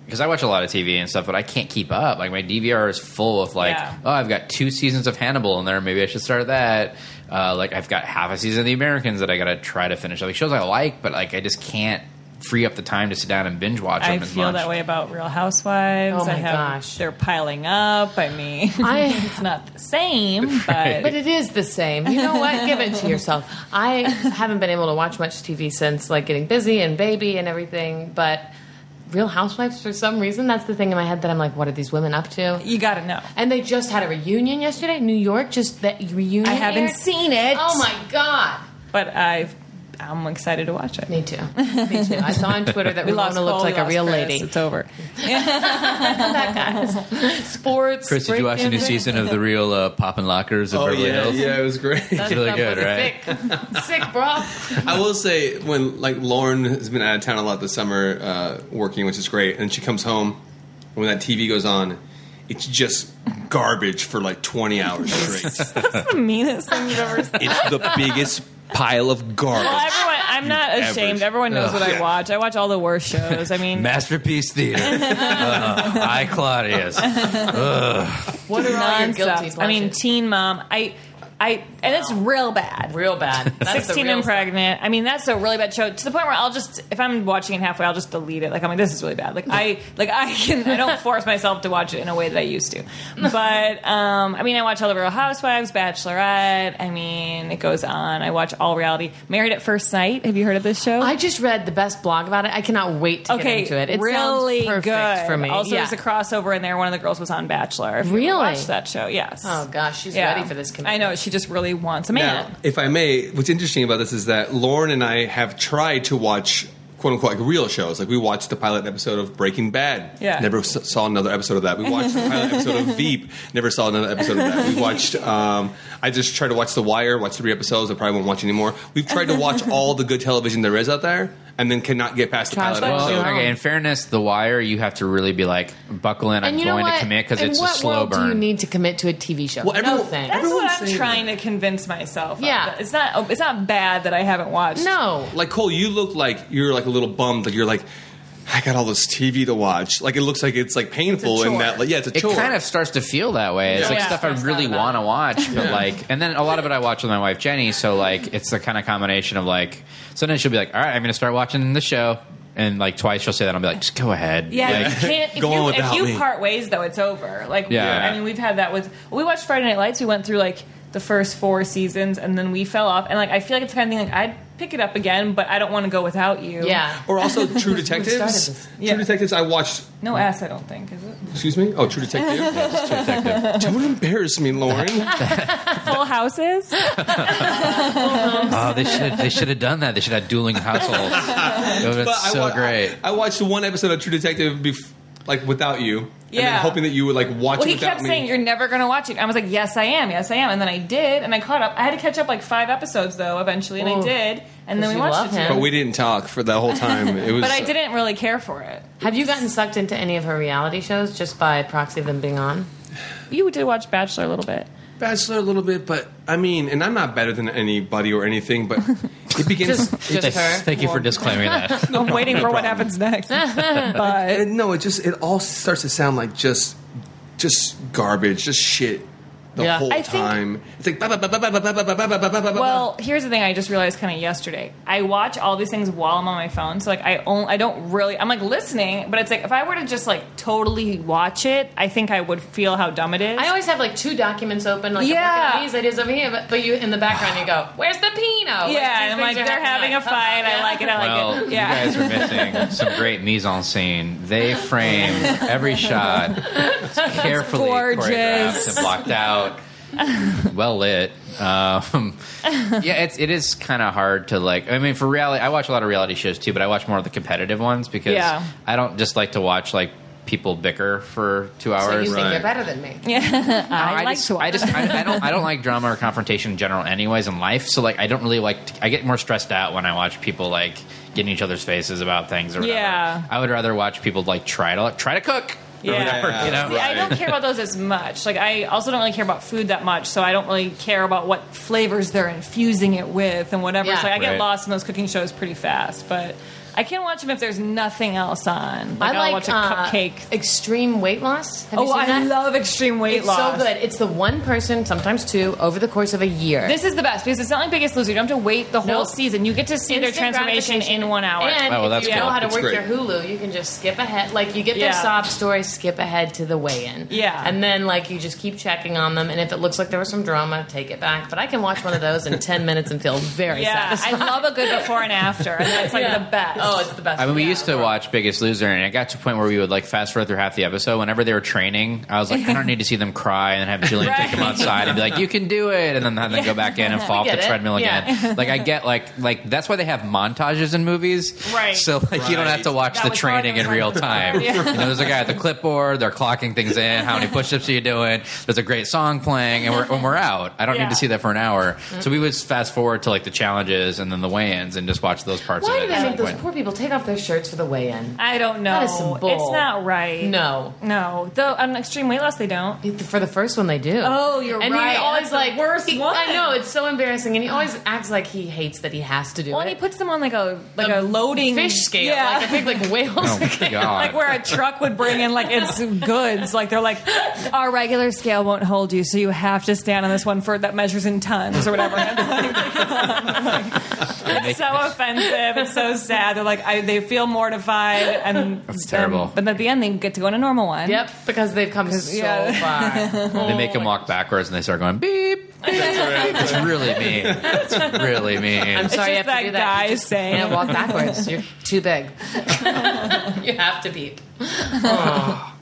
S3: because I watch a lot of TV and stuff, but I can't keep up. Like my DVR is full of like,
S6: Yeah.
S3: oh, I've got two seasons of Hannibal in there. Maybe I should start that. Uh, like I've got half a season of The Americans that I gotta try to finish. Like shows I like, but like I just can't free up the time to sit down and binge watch them.
S6: I
S3: as
S6: feel
S3: much.
S6: that way about Real Housewives.
S4: Oh my
S6: I have,
S4: gosh.
S6: They're piling up. I mean, (laughs)
S4: I.
S6: it's not the same, but
S4: But it is the same. You know what? Give it
S6: (laughs)
S4: to yourself. I haven't been able to watch much TV since like getting busy and baby and everything, but Real Housewives for some reason that's the thing in my head that I'm like, what are these women up to?
S6: you got to know.
S4: And they just had a reunion yesterday, New York. Just that reunion.
S6: I
S4: aired.
S6: haven't seen it.
S4: Oh my god.
S6: But I've, I'm excited to watch it.
S4: Me too. Me too. I
S6: (laughs)
S4: saw on Twitter that
S6: We
S4: Ramona
S6: lost
S4: looked
S6: Cole, we
S4: like a
S6: lost
S4: real
S6: Chris.
S4: lady. (laughs)
S6: It's over.
S4: Sports.
S3: Chris, did you watch the new season of
S6: (laughs)
S3: the real uh, Poppin' Lockers of
S5: Oh
S3: Beverly
S5: yeah,
S3: Hills?
S5: yeah, it was great. (laughs)
S3: It's really good, right?
S4: Sick, sick, bro.
S5: I will say when like Lauren has been out of town a lot this summer uh, working, which is great, and she comes home and when that TV goes on, it's just garbage for like twenty hours
S6: (laughs)
S5: straight.
S6: That's the meanest thing you've ever seen.
S5: it's the biggest pile of
S6: Well,
S5: garbage.
S6: (laughs) everyone, I'm not
S5: Average.
S6: ashamed. Everyone knows what I watch. I watch all the worst shows. I mean,
S3: Masterpiece
S6: (laughs)
S3: Theater. (laughs) Uh, I Claudius.
S4: What are all your guilty
S6: nonstop. I mean,
S4: pleasures?
S6: Teen Mom. I, I, and it's real bad.
S4: real bad. That's the
S6: 16
S4: real
S6: and
S4: stuff.
S6: pregnant. I mean, that's a really bad show to the point where I'll just, if I'm watching it halfway, I'll just delete it. Like, I'm like, this is really bad. Like, I, like, I can,
S4: (laughs)
S6: I don't force myself to watch it in a way that I used to. But, um, I mean, I watch all the Real Housewives, Bachelorette. I mean, it goes on. I watch all reality. Married at First Sight. Have you heard of this show?
S4: I just read the best blog about it. I cannot wait to
S6: okay,
S4: get into it. It
S6: really
S4: sounds perfect
S6: good
S4: for me.
S6: Also,
S4: yeah.
S6: there's a crossover in there. One of the girls was on Bachelor. If you
S4: Really?
S6: watched that show? Yes.
S4: oh gosh, she's ready for this.
S6: I
S4: Commitment.
S6: know she just really wants a
S5: Now,
S6: man.
S5: if I may, what's interesting about this is that Lauren and I have tried to watch quote unquote like real shows. Like we watched the pilot episode of Breaking Bad.
S6: Yeah.
S5: Never s- saw another episode of that. We watched
S6: (laughs)
S5: the pilot episode of Veep. Never saw another episode of that. We watched. Um, I just tried to watch The Wire. Watched three episodes. I probably won't watch anymore. We've tried to watch all the good television there is out there. and then cannot get past the
S4: Trash
S5: pilot.
S4: Well,
S3: Well,
S5: episode.
S4: yeah.
S3: okay. In fairness, The Wire, you have to really be like, buckle in. I'm
S4: and you know
S3: going
S4: what?
S3: to commit because
S4: In
S3: it's a
S4: what
S3: slow
S4: world
S3: burn.
S4: Do you need to commit to a TV show?
S5: Well,
S4: no
S5: everyone-
S4: thanks.
S6: That's
S5: Everyone's
S6: what I'm
S5: saying
S6: trying to convince myself. of.
S4: Yeah.
S6: it's not. It's not bad that I haven't watched.
S4: no.
S5: like Cole, you look like you're like a little bummed. Like you're like, I got all this TV to watch. Like it looks like it's like painful and
S6: chore.
S5: that. Like, yeah, it's a
S3: it
S5: chore.
S3: kind of starts to feel that way. It's
S5: Yeah.
S3: like
S6: Yeah.
S3: stuff I
S4: Stressed
S3: really
S4: out about
S3: want to
S4: it.
S3: watch, but like, and then a lot of it I watch with my wife Jenny. So like, it's the kind of combination of like, sometimes she'll be like, "All right, I'm going to start watching the show," and like twice she'll say that, I'll be like, "Just go ahead."
S5: (laughs)
S6: Yeah,
S3: Like,
S6: you can't. If
S5: Go on
S6: you,
S5: without
S6: if you
S5: me.
S6: part ways, though, it's over. Like,
S3: Yeah.
S6: I mean, we've had that with. We watched Friday Night Lights. We went through like the first four seasons, and then we fell off. And like, I feel like it's the kind of thing like I'd pick it up again, but I don't want to go without you.
S4: Yeah.
S5: Or also True
S4: this.
S5: Detectives.
S6: Yeah.
S5: True Detectives. I watched.
S6: No ass, I don't think is it.
S5: Excuse me. Oh, True Detective.
S3: it's too
S4: (laughs)
S3: effective.
S5: Don't embarrass me, Lauren.
S6: Full houses.
S3: oh, they should they should have done that. They should have dueling
S4: (laughs)
S3: households. It would have been
S5: But I
S3: so
S5: wa-
S3: great.
S5: I, I watched one episode of True Detective, bef- like without you. And
S6: Yeah.
S5: then hoping that you would like watch it
S6: Well, he
S5: without
S6: kept
S5: me.
S6: saying you're never going to watch it. I was like, yes, I am, yes, I am, and then I did, and I caught up. I had to catch up like five episodes though, eventually, and I
S4: Ooh.
S6: did, and then
S4: 'Cause
S6: we
S4: you
S6: watched
S4: love
S6: it.
S4: him.
S6: together.
S5: but we didn't talk for the whole time. It was.
S6: But
S3: uh,
S6: I didn't really care for it.
S4: Have you gotten sucked into any of her reality shows just by proxy of them being on?
S6: You did watch Bachelor a little bit.
S5: Bachelor a little bit, but I mean, and I'm not better than anybody or anything, but it begins.
S4: Just, just her.
S3: Thank you for disclaiming that.
S6: (laughs) I'm waiting for what happens next. (laughs) but
S5: And no, it just it all starts to sound like just just garbage, just shit the
S4: Yeah.
S5: whole
S6: I think-
S5: time. It's like ba- ba- ba- ba- ba- ba- ba- ba- ba- ba- ba- ba- ba- ba-
S6: (laughs) well, here's the thing. I just realized kind of yesterday. I watch all these things while I'm on my phone, so like I only, I don't really. I'm like listening, but it's like if I were to just like totally watch it, I think I would feel how dumb it is.
S4: I always have like two documents open, like I'm
S6: Yeah.
S4: looking at these ideas over here, but, but you in the background you go, "Where's the Pino?"
S6: yeah, and I'm like they're having a fight. I like it. I like
S3: Well,
S6: it. Yeah.
S3: you guys are
S6: (laughs)
S3: missing some great mise en scene. They framed every shot carefully
S6: Gorgeous.
S3: choreographed and blocked out, well lit. Um, yeah, it's it is kind of hard to like. I mean, for reality, I watch a lot of reality shows too, but I watch more of the competitive ones because
S6: Yeah.
S3: I don't just like to watch like people bicker for two hours.
S4: So you think
S5: Right.
S4: you're better than me?
S3: No,
S6: I like
S3: just,
S6: to watch.
S3: I just I, I don't I don't like drama or confrontation in general anyways in life so like I don't really like to, I get more stressed out when I watch people like get in each other's faces about things or whatever.
S6: Yeah.
S3: I would rather watch people like try to try to cook or
S6: Yeah.
S3: whatever you know
S6: See, I don't care about those as much. Like, I also don't really care about food that much, so I don't really care about what flavors they're infusing it with and whatever.
S4: Yeah.
S6: So I get
S3: Right.
S6: lost in those cooking shows pretty fast. But I can watch them if there's nothing else on. Like,
S4: I
S6: I'll
S4: like
S6: watch a
S4: uh,
S6: cupcake.
S4: extreme weight loss. Have you
S6: Oh,
S4: seen
S6: I
S4: that?
S6: love extreme weight
S4: it's
S6: loss.
S4: so good. It's the one person, sometimes two, over the course of a year.
S6: This is the best because it's not like Biggest Loser. You don't have to wait the whole
S4: Nope.
S6: season. You get to see their
S4: Instant
S6: transformation
S4: gratification.
S6: in one hour.
S4: And
S3: Oh, well, that's
S4: if you
S3: cool.
S4: know how to
S5: That's
S4: work
S5: great.
S4: your Hulu, you can just skip ahead. Like you get their
S6: Yeah.
S4: sob story, skip ahead to the weigh-in.
S6: Yeah.
S4: and then like you just keep checking on them, and if it looks like there was some drama, take it back. But I can watch one of those
S6: (laughs)
S4: in ten minutes and feel very
S6: yeah,
S4: satisfied.
S6: I love a good before and after. And that's like the best.
S4: Oh, it's the best.
S3: I mean, we
S4: Yeah.
S3: used to watch Biggest Loser, and it got to a point where we would like fast forward through half the episode. Whenever they were training, I was like, I don't need to see them cry, and then have Jillian take them
S6: Right.
S3: outside and be like, "You can do it," and then have them go back in and fall off
S4: We
S3: the
S4: get it.
S3: treadmill
S4: Yeah.
S3: again. Like I get like like that's why they have montages in movies,
S6: Right.
S3: So like you don't have to watch
S6: That
S3: the
S6: was
S3: training
S6: hard
S3: in
S6: to
S3: real time.
S4: (laughs)
S6: remember. Yeah.
S3: You know, there's a guy at the clipboard, they're clocking things in, how many push-ups are you doing? There's a great song playing, and we're when we're out, I don't
S6: Yeah.
S3: need to see that for an hour. So
S4: Mm.
S3: we would fast forward to like the challenges and then the weigh-ins and just watch those parts
S4: Why
S3: of
S4: do
S3: it.
S4: they
S3: at
S4: make
S3: some
S4: those
S3: point.
S4: poor people take off their shirts for the weigh-in?
S6: I don't
S4: (laughs)
S6: know.
S4: That is some bull.
S6: It's not right.
S4: No.
S6: No. Though on extreme weight loss, they don't.
S4: For the first one, they do.
S6: Oh, you're
S4: and
S6: right.
S4: And he always
S6: That's the
S4: like
S6: worst
S4: he-
S6: one.
S4: I know it's so embarrassing, and he always acts like he hates that he has to do
S6: Well,
S4: it.
S6: and he puts them on like a like a, loading
S4: fish scale,
S6: Yeah.
S4: like a big like whale (laughs)
S3: Oh, my
S4: scale.
S3: God.
S6: (laughs) like where a truck would bring in like its goods. Like they're like, our regular scale won't hold you, so you have to stand on this one for that measures in tons or whatever. (laughs) And it's, like, it's so offensive. It's so sad. They're like, I, they feel mortified, and
S3: That's terrible.
S6: but at the end, they get to go on a normal one.
S4: Yep, because they've come so
S6: (laughs)
S4: far.
S3: They make him walk backwards and they start going beep. beep. It's really mean. It's really mean.
S4: I'm
S6: It's
S4: sorry,
S6: just
S4: you have
S6: that
S4: to do that.
S6: guy
S4: You just
S6: saying.
S4: can't walk backwards. You're too big.
S6: (laughs)
S4: you have to beep. Oh.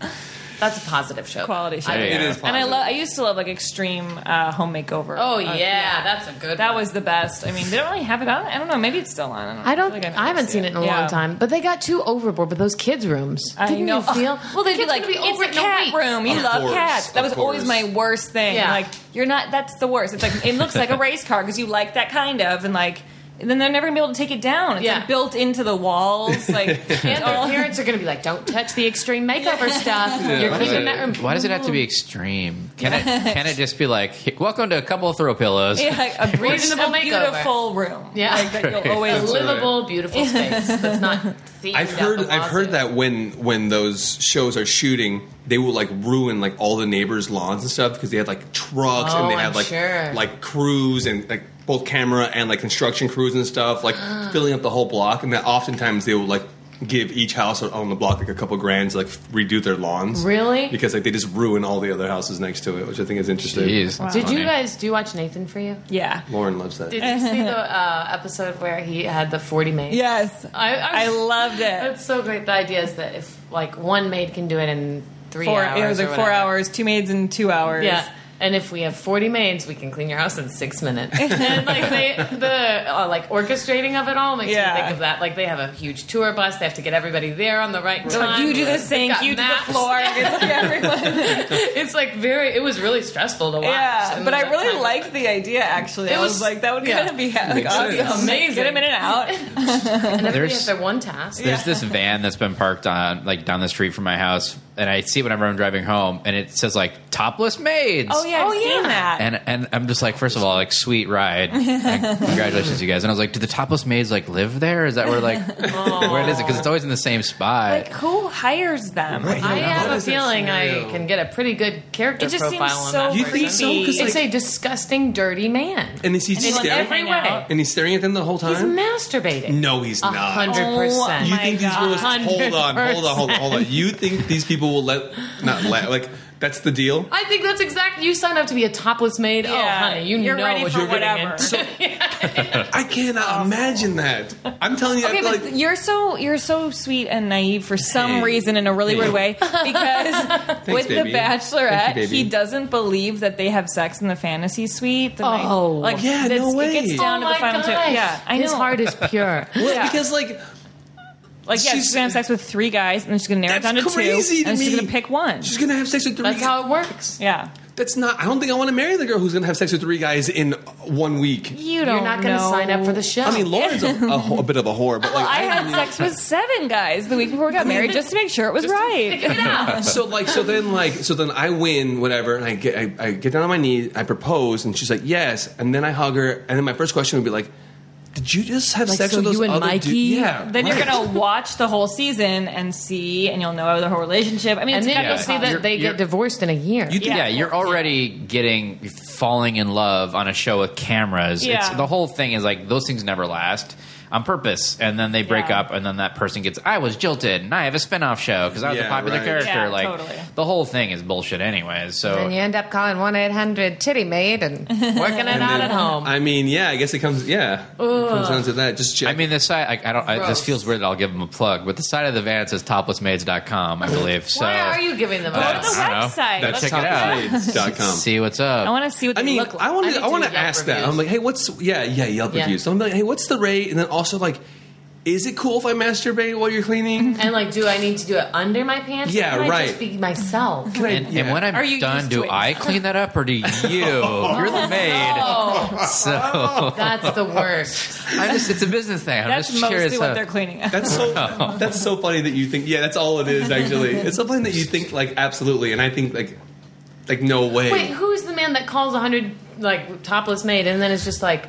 S4: That's a positive show.
S6: Quality show.
S4: I-
S3: Hey.
S5: It is
S6: And I
S5: positive.
S6: love. I used to love like extreme uh, home makeover.
S4: Oh
S6: Uh,
S4: yeah, that's a good.
S6: That
S4: one.
S6: was the best. I mean, they don't really have it on. I don't know. Maybe it's still on.
S4: I don't.
S6: feel like I've
S4: I haven't seen it in a
S6: Yeah.
S4: long time. But they got too overboard with those kids' rooms.
S6: I
S4: Didn't
S6: know. (laughs)
S4: you feel?
S6: Well, they'd be
S4: Kids
S6: like,
S4: would
S6: "It's
S4: over
S6: a
S4: in
S6: cat
S4: week."
S6: room. You
S5: Of
S6: love
S5: course,
S6: cats." That
S5: of
S6: was always
S5: course.
S6: my worst thing.
S4: Yeah.
S5: (laughs)
S6: Like, you're not. That's the worst. It's like it looks like a race car because you like that kind of, and like then they're never gonna be able to take it down. It's
S4: Yeah.
S6: like built into
S5: (laughs)
S6: the walls. Like it's
S4: And their
S6: all
S4: parents are going to be like, "Don't touch the extreme makeover stuff. You're
S3: Why does,
S4: keeping that room."
S3: it, why does it have to be extreme? Can it can it just be like, "Hey, welcome to a couple of throw pillows?
S6: (laughs) yeah, like a
S4: Reasonable
S6: reasonable,
S4: makeover.
S6: beautiful room.
S4: Yeah.
S6: like, that you'll
S4: a
S6: always.
S4: livable, beautiful space that's not. themed
S5: I've
S4: out
S5: heard
S4: the
S5: I've heard
S4: wazoo.
S5: that when when those shows are shooting, they will like ruin like all the neighbors' lawns and stuff because they had like trucks
S4: Oh,
S5: and they
S4: I'm
S5: had like
S4: sure.
S5: like crews and like both camera and like construction crews and stuff
S4: (gasps)
S5: like filling up the whole block. And that oftentimes they will like give each house on the block like a couple grand to like redo their lawns.
S4: Really?
S5: Because like they just ruin all the other houses next to it, which I think is interesting.
S3: Jeez, that's
S4: Did
S3: funny.
S4: you guys do you watch Nathan for you?
S6: Yeah.
S5: Lauren loves that.
S4: Did you see the uh, episode where he had the forty maids?
S6: Yes.
S4: I, I,
S6: I loved it.
S4: It's so great. The idea is that if like one maid can do it in three
S6: Four.
S4: hours,
S6: It was
S4: or
S6: like four
S4: whatever.
S6: hours, two maids in two hours.
S4: Yeah. And if we have 40 maids, we can clean your house in six minutes. (laughs) and like they, the uh, like orchestrating of it all makes
S6: Yeah.
S4: me think of that. Like they have a huge tour bus. They have to get everybody there on the right
S6: So, like,
S4: time.
S6: you do the
S4: They've
S6: sink,
S4: got
S6: you do the
S4: maps.
S6: floor. It's like everyone.
S4: (laughs) It's like very. It was really stressful to watch.
S6: Yeah,
S4: And
S6: but I
S4: that
S6: really
S4: time-
S6: liked the idea. Actually,
S4: It
S6: I
S4: was-
S6: was like, that would
S4: yeah.
S6: kind of be ha- like,
S5: Makes sense.
S6: awesome.
S4: Amazing.
S6: Get them in and out.
S4: And everybody
S3: There's-
S4: has their one task.
S3: There's this van that's been parked on like down the street from my house, and I see it whenever I'm driving home, and it says like topless maids.
S6: (laughs) Oh yeah, I've
S4: Oh,
S6: seen
S4: yeah.
S6: that.
S3: And and I'm just like, first of all, like sweet
S6: (laughs)
S3: ride, Like, congratulations, you guys. And I was like, do the topless maids like live there? Is that where
S6: (laughs)
S3: like where it is it? Because it's always in the same spot.
S6: like who hires them?
S4: I
S5: Yeah,
S4: have
S5: what
S4: a
S5: is that
S4: feeling I
S5: scenario?
S4: can get a pretty good character
S6: It just
S4: profile on
S6: seems so
S4: that.
S5: You
S4: person.
S5: think so? 'Cause,
S4: It's
S5: like-
S4: a disgusting, dirty man.
S5: and is he
S6: he wants
S5: staring?
S4: every
S6: hang out.
S4: way.
S5: and he's staring at them the whole time.
S4: He's masturbating.
S5: no, he's
S4: A
S5: not.
S4: hundred percent.
S6: Oh,
S5: You
S6: my
S5: think
S6: God.
S5: these girls? Hold on, hold on, hold on, hold on.
S6: (laughs)
S5: You think these people will let? Not let. Like that's the deal.
S4: I think that's exactly. You signed up to be a topless maid. oh, honey, you
S6: are
S4: know
S6: ready
S4: what
S6: for
S4: you're getting
S6: whatever.
S4: into.
S5: I cannot imagine that. I'm telling you, I
S6: Okay,
S5: feel
S6: but
S5: like
S6: you're so you're so sweet and naive for some
S5: Hey.
S6: reason in a really
S5: (laughs)
S6: weird way because with
S5: baby.
S6: the Bachelorette,
S5: Thank you, baby.
S6: he doesn't believe that they have sex in the fantasy suite. The night-
S4: Oh.
S6: like
S5: Yeah, no
S6: it's-
S5: way.
S6: It gets down
S4: oh
S6: to
S4: my
S6: the final two.
S4: gosh.
S6: Yeah, I know.
S4: His heart is pure.
S5: Well,
S6: yeah.
S5: because like
S6: like yeah, she's,
S5: she's-
S6: gonna have sex with three guys and then she's gonna narrow it down
S5: That's
S6: to
S5: crazy
S6: two
S5: to
S6: and she's
S5: me.
S6: gonna pick one.
S5: she's gonna have sex with
S4: (laughs)
S5: three.
S4: That's how it works.
S6: yeah.
S5: That's not. I don't think I want to marry the girl who's gonna have sex with three guys in one week.
S6: You
S4: You're not going to sign up for the show.
S5: I mean, Lauren's a, a, wh- a bit of a whore, but like
S6: Oh, I
S5: (laughs)
S6: had sex with seven guys the week before we got married just to make sure it was right.
S5: so like so then like so then I win whatever and I get I, I get down on my knees I propose and she's like yes and then I hug her and then my first question would be like did you just have
S4: Like,
S5: sex
S4: so
S5: with those
S4: you and
S5: other
S4: Mikey?
S5: dude- yeah
S6: Then you're
S5: right.
S6: gonna watch the whole season and see, and you'll know the whole relationship. I mean,
S4: and
S6: it's
S4: then
S6: gotta
S4: you'll
S6: be
S4: see
S6: fun.
S4: that
S3: You're-
S4: they
S3: you're-
S4: get divorced in a year.
S3: You- yeah,
S6: Yeah.
S3: you're already getting falling in love on a show with cameras. It's,
S6: Yeah.
S3: the whole thing is like those things never last on purpose, and then they break
S6: Yeah.
S3: up, and then that person gets I was jilted, and I have a spinoff show because I was a
S5: Yeah,
S3: popular
S5: right.
S3: character.
S6: Yeah,
S3: like
S6: totally.
S3: the whole thing is bullshit, anyways. So
S4: and you end up calling one eight hundred titty maid (laughs) and working it out at home.
S5: I mean yeah I guess it comes yeah it comes down to that just check
S3: I mean, this side I, I don't. I, this
S4: Gross.
S3: feels weird. that I'll give them a plug, but the side of the van says toplessmaids.com, I believe. So
S4: Why are you giving them a
S3: Uh,
S6: Go to the
S3: I don't know.
S6: website.
S3: Let's
S6: That's
S3: check it out.
S5: com.
S3: See what's up.
S6: I want to see what they
S5: I mean,
S6: look like.
S5: I want
S4: I need
S5: to. I want
S4: to
S5: to
S4: Yelp
S5: ask that.
S4: reviews.
S5: I'm like, hey, what's yeah, yeah, Yelp
S4: Yeah.
S5: reviews. So I'm like, hey, what's the rate? And then also like, is it cool if I masturbate while you're cleaning?
S4: And like, do I need to do it under my pants?
S5: Yeah,
S4: or can I
S5: right.
S4: just be myself.
S5: Can I-
S3: And,
S5: yeah.
S3: and when I'm
S6: Are you
S3: done,
S6: used to
S3: do
S6: it?
S3: I clean that up or do you? You're the maid.
S4: Oh,
S3: So
S4: that's the worst.
S3: (laughs) I just, it's a business thing. I'm
S6: That's
S3: just
S6: mostly
S3: curious. uh,
S6: what
S3: how-
S6: they're cleaning.
S5: that's
S3: (laughs)
S5: so that's so funny that you think yeah, that's all it is actually. It's so funny that you think like absolutely, and I think like like no way.
S4: Wait, who's the man that calls a hundred like topless maid and then it's just like,